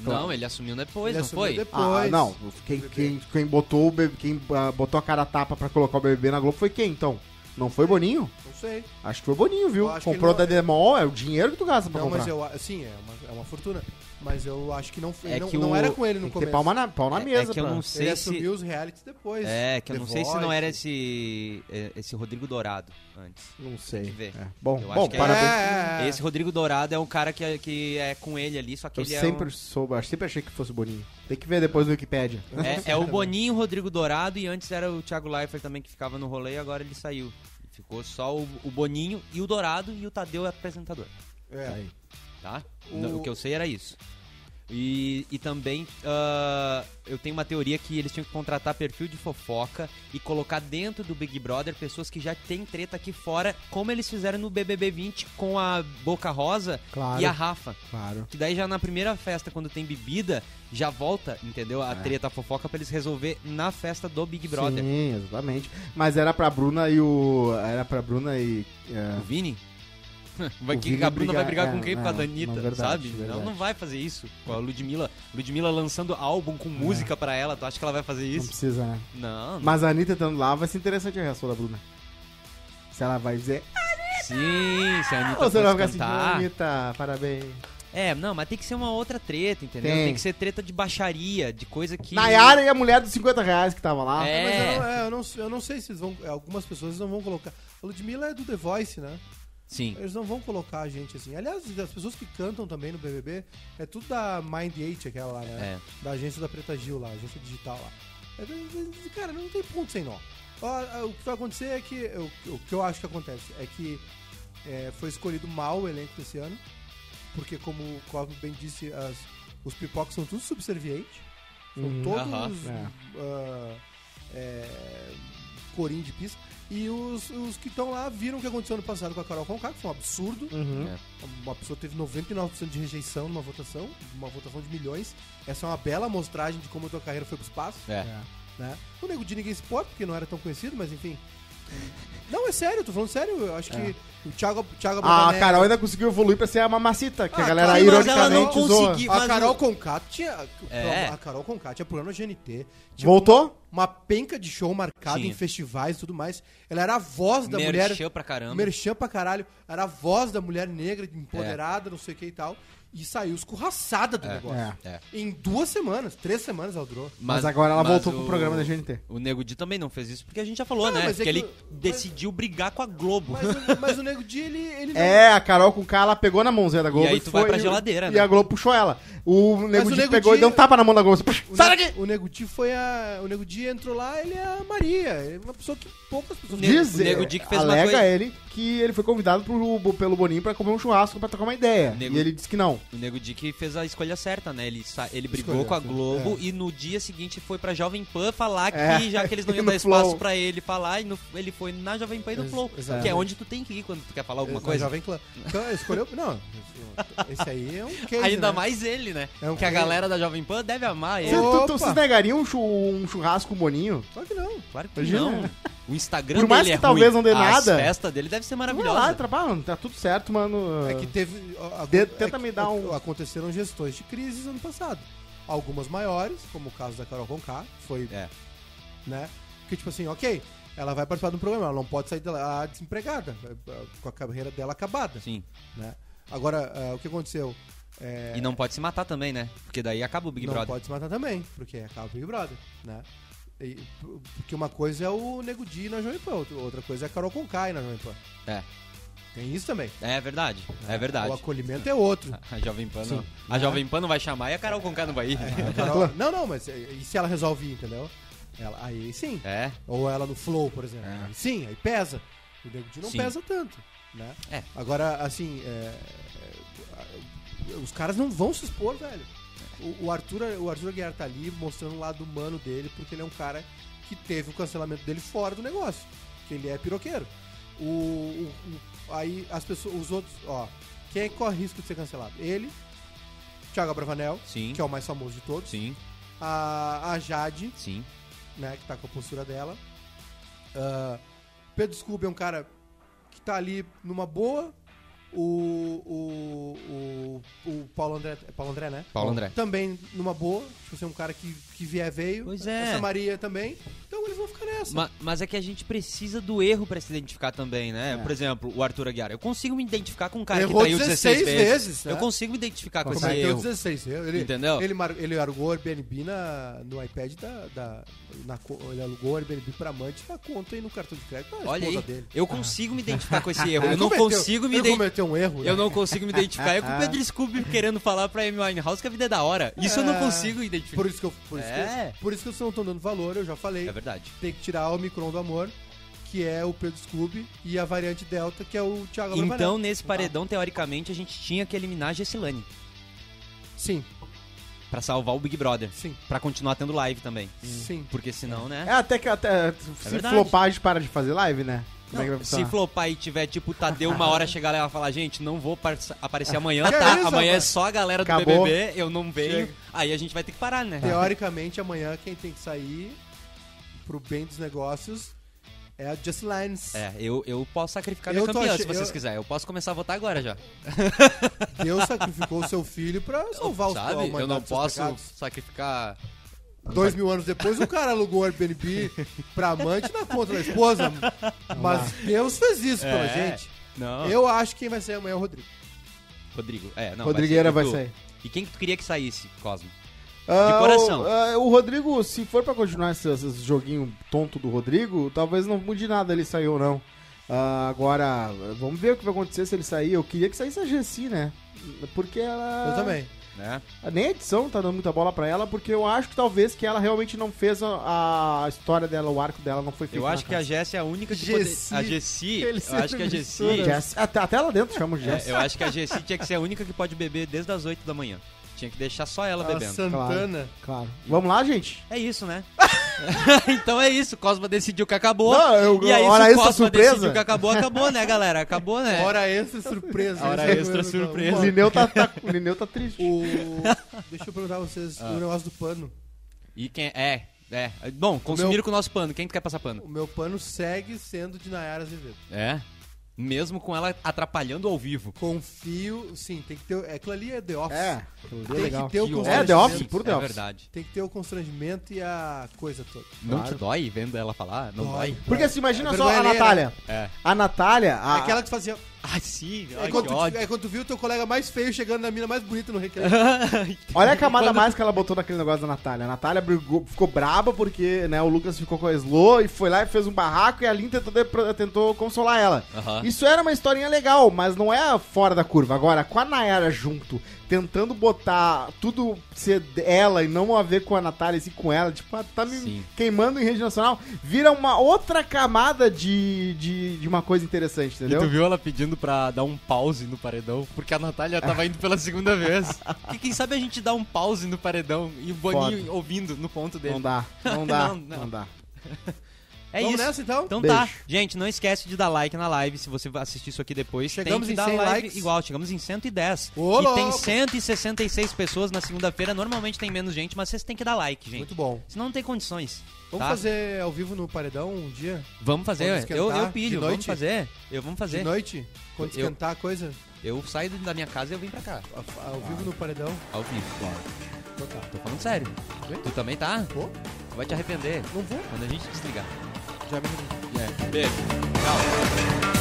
Speaker 4: Não, ele assumiu depois,
Speaker 5: Ele
Speaker 4: não
Speaker 5: assumiu
Speaker 4: foi? É,
Speaker 5: depois.
Speaker 2: Ah, não. Quem, quem, quem botou o BBB quem ah, botou a cara a tapa pra colocar o BBB na Globo foi quem, então? Não foi o Boninho?
Speaker 5: Não sei.
Speaker 2: Acho que foi o Boninho, viu?
Speaker 5: Eu acho que
Speaker 2: Comprou
Speaker 5: ele
Speaker 2: da
Speaker 5: não-
Speaker 2: Demol, é o dinheiro que tu gasta pra
Speaker 5: Não,
Speaker 2: comprar.
Speaker 5: mas eu. a- Sim, é uma, é uma fortuna. Mas eu acho que não foi.
Speaker 4: É
Speaker 5: não,
Speaker 4: que
Speaker 5: não
Speaker 4: o-
Speaker 5: era com ele no
Speaker 2: Tem que ter
Speaker 5: começo.
Speaker 2: palma na, pau na
Speaker 4: É-
Speaker 2: mesa,
Speaker 4: é que eu
Speaker 2: pra-
Speaker 4: não
Speaker 5: Ele
Speaker 4: sei se
Speaker 5: assumiu os realities depois.
Speaker 4: É, que eu
Speaker 5: The
Speaker 4: não sei se não
Speaker 5: Voice.
Speaker 4: era esse é, esse Rodrigo Dourado antes.
Speaker 2: Não sei.
Speaker 4: Tem que ver.
Speaker 2: É. Bom,
Speaker 4: Eu
Speaker 2: bom
Speaker 4: acho que é-
Speaker 2: parabéns.
Speaker 5: É, é, é.
Speaker 4: Esse Rodrigo Dourado é um cara que é, que é um- com ele ali, só que
Speaker 2: Eu
Speaker 4: ele
Speaker 2: sempre soube, eu sempre achei que fosse o Boninho. Tem que ver depois no Wikipedia.
Speaker 4: é, um, é, é o Boninho, Rodrigo Dourado e antes era o Thiago Leifert também que ficava no rolê e agora ele saiu. Ficou só o, o Boninho e o Dourado e o Tadeu é apresentador,
Speaker 5: É.
Speaker 4: tá? No- O, que eu sei era isso. E, e também ah, eu tenho uma teoria que eles tinham que contratar perfil de fofoca e colocar dentro do Big Brother pessoas que já têm treta aqui fora, como eles fizeram no BBB 20 com a Boca Rosa
Speaker 2: Claro.
Speaker 4: e a Rafa.
Speaker 2: Claro.
Speaker 4: Que daí já na primeira festa, quando tem bebida, já volta, entendeu? A treta, a fofoca pra eles resolver na festa do Big Brother.
Speaker 2: É. Sim, exatamente. Mas era pra Bruna e o. Era pra Bruna e. é,
Speaker 4: O Vini? Vai
Speaker 2: O
Speaker 4: que
Speaker 2: Vini
Speaker 4: a Bruna vai
Speaker 2: brigar-
Speaker 4: brigar com
Speaker 2: é,
Speaker 4: quem? Com a
Speaker 2: não,
Speaker 4: Danita,
Speaker 2: não, verdade,
Speaker 4: sabe?
Speaker 2: verdade.
Speaker 4: Ela não vai fazer isso. Com a Ludmilla. Ludmilla lançando álbum com música pra ela, tu acha que ela vai fazer
Speaker 2: não
Speaker 4: isso?
Speaker 2: É. precisa, né?
Speaker 4: Não, não.
Speaker 2: Mas a Anitta estando lá vai ser interessante a reação da Bruna. Se ela vai dizer.
Speaker 4: Sim, se a Anitta
Speaker 2: Ou se ela
Speaker 4: fosse
Speaker 2: vai ficar
Speaker 4: cantar.
Speaker 2: assim, Anitta, parabéns.
Speaker 4: É, não, mas tem que ser uma outra treta, entendeu?
Speaker 2: Tem.
Speaker 4: Tem, que ser treta de baixaria, de coisa que.
Speaker 2: Nayara e a mulher dos 50 reais que tava lá.
Speaker 4: É.
Speaker 5: Mas eu não, é, eu não, eu não sei se eles vão. é, Algumas pessoas não vão colocar. A Ludmilla é do The Voice, né?
Speaker 4: Sim.
Speaker 5: Eles não vão colocar a gente assim. Aliás, as pessoas que cantam também no BBB é tudo da Mind 8, aquela lá, né?
Speaker 4: É.
Speaker 5: Da agência da Preta Gil lá, agência digital lá. É, é, é, Cara, não tem ponto sem nó. Ó, ó, O que vai acontecer é que. O, o que eu acho que acontece é que é, foi escolhido mal o elenco desse ano. Porque, como o Cosmo bem disse, as- os pipocos são tudo subservientes. São todos.
Speaker 4: Aham.
Speaker 2: É.
Speaker 5: ah, é, corinho de pista. E os, os que estão lá viram o que aconteceu ano passado com a Carol Conká, que foi um absurdo.
Speaker 2: Uhum.
Speaker 5: Uma pessoa teve 99% de rejeição numa votação, uma votação de milhões. Essa é uma bela amostragem de como a tua carreira foi pro espaço.
Speaker 4: É.
Speaker 5: Né? O Nego de ninguém se importa, porque não era tão conhecido, mas enfim. Não, é sério, eu tô falando sério. Eu acho
Speaker 4: É.
Speaker 5: que o Thiago, Thiago
Speaker 4: Ah,
Speaker 2: A
Speaker 5: Abravanel-
Speaker 2: Carol ainda conseguiu evoluir pra ser a mamacita, que a
Speaker 5: Ah,
Speaker 2: galera
Speaker 5: sim, mas ela não
Speaker 2: ironicamente usou.
Speaker 4: conseguiu.
Speaker 5: A
Speaker 4: Mas
Speaker 5: Carol
Speaker 4: o-
Speaker 5: Conká tinha.
Speaker 4: É.
Speaker 5: A Carol Conká tinha programa no GNT.
Speaker 4: tipo,
Speaker 5: Tinha
Speaker 2: Voltou?
Speaker 5: uma penca de show marcado
Speaker 4: Tinha.
Speaker 5: em festivais e tudo mais. Ela era a voz da
Speaker 4: Merchan
Speaker 5: mulher.
Speaker 4: pra caramba.
Speaker 5: Merchan pra caralho. Era a voz da mulher negra, empoderada, não sei o que e tal. E saiu escorraçada do negócio.
Speaker 4: É.
Speaker 5: Em duas semanas, três semanas ela durou.
Speaker 2: Mas, agora ela
Speaker 4: mas
Speaker 2: voltou
Speaker 4: o-
Speaker 2: pro programa da GNT.
Speaker 4: O Nego Di também não fez isso porque a gente já falou,
Speaker 5: Não,
Speaker 4: né?
Speaker 5: mas é
Speaker 4: Porque
Speaker 5: que
Speaker 4: ele
Speaker 5: o- mas-
Speaker 4: decidiu brigar com a Globo.
Speaker 5: Mas, o- mas o Nego Dia, ele, ele não-
Speaker 2: É, a Carol com K, ela pegou na mãozinha da Globo.
Speaker 4: aí tu vai pra geladeira,
Speaker 2: E
Speaker 4: né?
Speaker 2: a Globo puxou ela. O Nego
Speaker 5: o
Speaker 2: Di
Speaker 5: Nego
Speaker 2: pegou
Speaker 5: Di-
Speaker 2: e deu um tapa na mão da Globo. Puxa,
Speaker 5: O
Speaker 2: Sai
Speaker 5: Ne-
Speaker 2: daqui!
Speaker 5: O Nego Di foi a. O Nego Di entrou lá, ele é a Maria. Ele é uma pessoa que poucas pessoas
Speaker 4: Nego-
Speaker 2: Diz,
Speaker 4: o Nego
Speaker 2: é,
Speaker 4: Di que fez uma
Speaker 2: alega
Speaker 4: coisa-
Speaker 2: ele que ele foi convidado pro, pelo Boninho pra comer um churrasco, pra trocar uma ideia.
Speaker 4: Nego-
Speaker 2: E ele disse que não.
Speaker 4: O Nego Di que fez a escolha certa, né? Ele, sa- ele brigou com a Globo e no dia seguinte foi pra Jovem Pan falar que,
Speaker 2: É.
Speaker 4: já que eles não
Speaker 2: E
Speaker 4: iam
Speaker 2: no
Speaker 4: dar espaço
Speaker 2: Flow.
Speaker 4: pra ele falar, e no- ele foi na Jovem Pan e no
Speaker 5: Ex-
Speaker 4: Flow, que é
Speaker 5: exatamente.
Speaker 4: onde tu tem que ir quando tu quer falar alguma
Speaker 5: Na
Speaker 4: coisa.
Speaker 5: Jovem Clã. Então, escolheu... Não, esse aí é um case,
Speaker 4: Ainda
Speaker 5: né?
Speaker 4: mais ele, né?
Speaker 5: É um
Speaker 4: que a
Speaker 5: case.
Speaker 4: galera da Jovem Pan deve amar ele.
Speaker 2: Cê- tu- tu-
Speaker 5: Opa!
Speaker 2: vocês negariam um, chu- um churrasco com o Boninho?
Speaker 5: Só que não.
Speaker 4: Claro que
Speaker 2: Imagina.
Speaker 4: não. O Instagram
Speaker 2: Por mais
Speaker 4: dele
Speaker 2: que
Speaker 4: é
Speaker 2: talvez
Speaker 4: ruim.
Speaker 2: não dê nada.
Speaker 4: A festa dele deve ser
Speaker 2: Vai lá,
Speaker 4: maravilhosa.
Speaker 2: trabalha, tá tudo certo, mano.
Speaker 5: É que teve. a- a-
Speaker 2: De-
Speaker 5: é
Speaker 2: tenta
Speaker 5: que
Speaker 2: me dar um-
Speaker 5: Aconteceram gestões de crises ano passado. Algumas maiores, como o caso da Carol Conká, foi.
Speaker 4: É.
Speaker 5: Né? Que tipo assim, ok, ela vai participar de um programa, ela não pode sair de lá desempregada, eh, com a carreira dela acabada.
Speaker 4: Sim.
Speaker 5: Né? Agora, ah, o que aconteceu? É,
Speaker 4: E não pode se matar também, né? Porque daí acaba o Big
Speaker 5: não
Speaker 4: Brother.
Speaker 5: pode se matar também, porque acaba o Big Brother, né? E- porque uma coisa é o Nego Di na Jovem Pan, outra- outra coisa é a Carol Conká na Jovem Pan.
Speaker 4: É.
Speaker 5: Tem isso também.
Speaker 4: É verdade. É
Speaker 5: O
Speaker 4: verdade.
Speaker 5: acolhimento é outro.
Speaker 4: A Jovem Pan não. A Jovem Pan não vai chamar e a Carol Conká não vai ir.
Speaker 5: Ela- não, não, mas e e se ela resolve ir, entendeu? Ela- aí sim.
Speaker 4: É.
Speaker 5: Ou ela no flow, por exemplo. Aí sim, aí pesa. O Nego Di não
Speaker 4: Sim.
Speaker 5: pesa tanto, né?
Speaker 4: É.
Speaker 5: Agora, assim, é, é, os caras não vão se expor, velho.
Speaker 4: É.
Speaker 5: O, o Arthur, o Arthur Aguiar tá ali mostrando o lado humano dele, porque ele é um cara que teve o cancelamento dele fora do negócio. Que ele é piroqueiro. O, o- o- aí as pessoas, os outros, ó, quem é que corre risco de ser cancelado? Ele, Thiago Abravanel,
Speaker 4: Sim.
Speaker 5: que é o mais famoso de todos,
Speaker 4: Sim,
Speaker 5: a, a Jade,
Speaker 4: sim.
Speaker 5: né, que tá com a postura dela. Ah, Pedro Scooby é um cara que tá ali numa boa. O, o, o, o Paulo André. é Paulo André, né?
Speaker 4: Paulo André.
Speaker 5: Também numa boa. Tipo, você é um cara que, que vier veio.
Speaker 4: Pois é.
Speaker 5: Essa Maria também. Então eles vão ficar nessa.
Speaker 4: Ma- mas é que a gente precisa do erro pra se identificar também, né? Por exemplo, o Arthur Aguiar. Eu consigo me identificar com um cara
Speaker 5: Errou
Speaker 4: que traiu 16,
Speaker 5: 16
Speaker 4: vezes.
Speaker 5: vezes, né?
Speaker 4: Eu consigo me identificar com
Speaker 5: Como
Speaker 4: esse
Speaker 5: é que deu
Speaker 4: erro.
Speaker 5: 16? Ele,
Speaker 4: Entendeu?
Speaker 5: Ele, mar- ele alugou o Airbnb na, no iPad da. da- na co- ele alugou o Airbnb pra amante na conta e no cartão de crédito. da
Speaker 4: Olha aí,
Speaker 5: esposa dele.
Speaker 4: eu consigo me identificar com esse erro.
Speaker 5: Ele
Speaker 4: Eu não
Speaker 5: cometeu-
Speaker 4: consigo me
Speaker 5: Ele
Speaker 4: identificar.
Speaker 5: cometeu um erro.
Speaker 4: Eu
Speaker 5: né?
Speaker 4: não consigo me identificar. É com o Pedro Scooby querendo falar pra Amy Winehouse que a vida é da hora. Isso eu não
Speaker 5: É.
Speaker 4: consigo identificar.
Speaker 5: Por isso que eu. Por isso,
Speaker 4: É.
Speaker 5: que, por isso que vocês não estão dando valor, eu já falei.
Speaker 4: É verdade.
Speaker 5: Tem que tirar o Micron do amor, que é o Pedro Scooby, e a variante Delta, que é o Thiago
Speaker 4: Então,
Speaker 5: Abravanel.
Speaker 4: nesse paredão, teoricamente, a gente tinha que eliminar a Gessilane
Speaker 5: Sim,
Speaker 4: pra salvar o Big Brother.
Speaker 5: sim,
Speaker 4: Pra continuar tendo live também.
Speaker 5: sim.
Speaker 4: Porque senão, né?
Speaker 2: É até que até, se
Speaker 4: verdade.
Speaker 2: flopagem para de fazer live, né? Como é que vai
Speaker 4: Não, se
Speaker 2: funcionar?
Speaker 4: flopar e tiver, tipo, o Tadeu uma hora chegar lá e ela falar, gente, não vou parça- aparecer amanhã,
Speaker 5: Que
Speaker 4: tá?
Speaker 5: isso,
Speaker 4: amanhã é
Speaker 5: rapaz?
Speaker 4: só a galera do
Speaker 2: Acabou.
Speaker 4: BBB, eu não venho. Aí a gente vai ter que parar, né?
Speaker 5: Teoricamente, amanhã quem tem que sair pro bem dos negócios é a Just Lines.
Speaker 4: É, eu, eu posso sacrificar
Speaker 5: Eu
Speaker 4: meu
Speaker 5: tô
Speaker 4: campeão,
Speaker 5: ach-
Speaker 4: se vocês
Speaker 5: eu-
Speaker 4: quiserem. Eu posso começar a votar agora já.
Speaker 5: Deus sacrificou o seu filho pra salvar os a
Speaker 4: Sabe?
Speaker 5: humanidade
Speaker 4: Eu não
Speaker 5: dos seus
Speaker 4: posso
Speaker 5: pecados.
Speaker 4: sacrificar...
Speaker 5: Dois mil anos depois, o cara alugou o Airbnb pra amante na conta da esposa. Mas Deus fez isso pela
Speaker 4: É.
Speaker 5: gente.
Speaker 4: Não,
Speaker 5: Eu acho que quem vai ser amanhã é o Rodrigo.
Speaker 4: Rodrigo. É, não,
Speaker 2: Rodrigueira vai
Speaker 4: tu.
Speaker 2: sair.
Speaker 4: E quem que tu queria que saísse, Cosmo?
Speaker 2: Ah,
Speaker 4: coração.
Speaker 2: O, ah, o Rodrigo, se for pra continuar esse, esse joguinho tonto do Rodrigo, talvez não mude nada ele sair ou não. Ah, agora, vamos ver o que vai acontecer se ele sair. Eu queria que saísse a Gessi, né? Porque ela.
Speaker 5: Eu também.
Speaker 4: Né?
Speaker 2: Nem a edição tá dando muita bola pra ela, porque eu acho que talvez que ela realmente não fez a, a história dela, o arco dela não foi feito.
Speaker 4: Eu acho que a Jessi é a única que poder-
Speaker 5: Jessi.
Speaker 4: A Jessi,
Speaker 5: Ele
Speaker 4: eu acho que a
Speaker 5: sempre
Speaker 4: Jessi...
Speaker 5: mistura.
Speaker 2: Jess, até, até lá dentro chama de Jess.
Speaker 4: É, eu acho que a Jessi tinha que ser a única que pode beber desde as 8 da manhã. Tinha que deixar só ela
Speaker 5: A
Speaker 4: tá bebendo.
Speaker 5: Santana.
Speaker 2: Claro. Vamos lá, gente?
Speaker 4: É isso, né? então é isso. Cosma decidiu que acabou.
Speaker 2: Não, eu-
Speaker 4: e aí,
Speaker 2: hora
Speaker 4: se o
Speaker 2: extra,
Speaker 4: Cosma
Speaker 2: surpresa.
Speaker 4: decidiu que acabou, acabou, né, galera? Acabou, né?
Speaker 5: Hora extra surpresa.
Speaker 4: Hora
Speaker 5: Isso é
Speaker 4: extra
Speaker 5: coisa da-
Speaker 4: surpresa.
Speaker 2: O Lineu tá, tá- o Lineu tá triste.
Speaker 5: O... Deixa eu perguntar a vocês
Speaker 4: Ah.
Speaker 5: o negócio do pano.
Speaker 4: E quem... É, é. Bom, consumiram com o nosso pano. Quem que quer passar pano?
Speaker 5: O meu pano segue sendo de Nayara Azevedo.
Speaker 4: É. Mesmo com ela atrapalhando ao vivo.
Speaker 5: Confio, sim, tem que ter. é, Aquilo ali é The Office.
Speaker 2: É,
Speaker 5: Tem
Speaker 2: legal.
Speaker 5: que ter o
Speaker 4: Que
Speaker 5: constrangimento.
Speaker 2: É, The Office, puro The
Speaker 4: É
Speaker 2: Office.
Speaker 4: verdade.
Speaker 5: Tem que ter o constrangimento e a coisa toda.
Speaker 4: Não te dói vendo ela falar? Não dói?
Speaker 2: Porque assim, imagina
Speaker 5: É
Speaker 2: só a
Speaker 5: vergonha
Speaker 2: Natália.
Speaker 4: É.
Speaker 2: A Natália. A,
Speaker 5: É aquela que fazia.
Speaker 4: Ah, sim. Ai,
Speaker 5: É
Speaker 4: que
Speaker 5: quando, tu,
Speaker 4: ódio.
Speaker 5: é quando tu viu o teu colega mais feio chegando na mina mais bonita no recreio.
Speaker 2: Olha a camada mais que ela botou naquele negócio da Natália. A Natália brigou- ficou braba porque né, o Lucas ficou com a Slow e foi lá e fez um barraco e a Lin tentou, de- tentou consolar ela.
Speaker 4: Aham.
Speaker 2: Isso era uma historinha legal, mas não é fora da curva. Agora, com a Nayara junto, tentando botar tudo ser ela e não a ver com a Natália, assim, com ela, tipo, ah, tá me
Speaker 4: Sim.
Speaker 2: queimando em rede nacional, vira uma outra camada de, de, de uma coisa interessante,
Speaker 4: E
Speaker 2: entendeu?
Speaker 4: tu viu ela pedindo pedindo pra dar um pause no paredão, porque a Natália tava indo pela segunda vez. E quem sabe a gente dá um pause no paredão e o Boninho
Speaker 2: Foda.
Speaker 4: ouvindo no ponto dele.
Speaker 2: Não dá, não dá,
Speaker 4: Não,
Speaker 2: não,
Speaker 4: não.
Speaker 2: dá.
Speaker 4: É
Speaker 5: Vamos
Speaker 4: isso.
Speaker 5: nessa, então?
Speaker 4: Então
Speaker 2: Beijo.
Speaker 4: tá. Gente, não esquece de dar like na live. Se você assistir isso aqui depois,
Speaker 5: Chegamos
Speaker 4: tem que
Speaker 5: em
Speaker 4: dar
Speaker 5: 100
Speaker 4: like
Speaker 5: likes.
Speaker 4: igual. Chegamos em 110.
Speaker 5: Ô,
Speaker 4: e
Speaker 5: louco.
Speaker 4: tem 166 pessoas na segunda-feira. Normalmente tem menos gente, mas vocês têm que dar like, gente.
Speaker 5: Muito bom.
Speaker 4: Senão não tem condições.
Speaker 5: Vamos
Speaker 4: tá?
Speaker 5: fazer ao vivo no paredão um dia?
Speaker 4: Vamos fazer.
Speaker 5: Vamos
Speaker 4: eu,
Speaker 5: esquentar
Speaker 4: eu
Speaker 5: de
Speaker 4: pilho,
Speaker 5: noite?
Speaker 4: vamos fazer. Eu vamos fazer.
Speaker 5: De noite? Quando
Speaker 4: Eu-
Speaker 5: esquentar a coisa?
Speaker 4: Eu saio da minha casa e eu vim pra cá.
Speaker 5: a- Ao
Speaker 4: Ah.
Speaker 5: vivo no paredão?
Speaker 4: Ao vivo. Tô falando sério.
Speaker 5: Vem.
Speaker 4: Tu também tá?
Speaker 5: Pô,
Speaker 4: Tu vai te arrepender
Speaker 5: não vou.
Speaker 4: quando a gente desligar.
Speaker 5: Já me arrependi.
Speaker 4: Beijo. Tchau.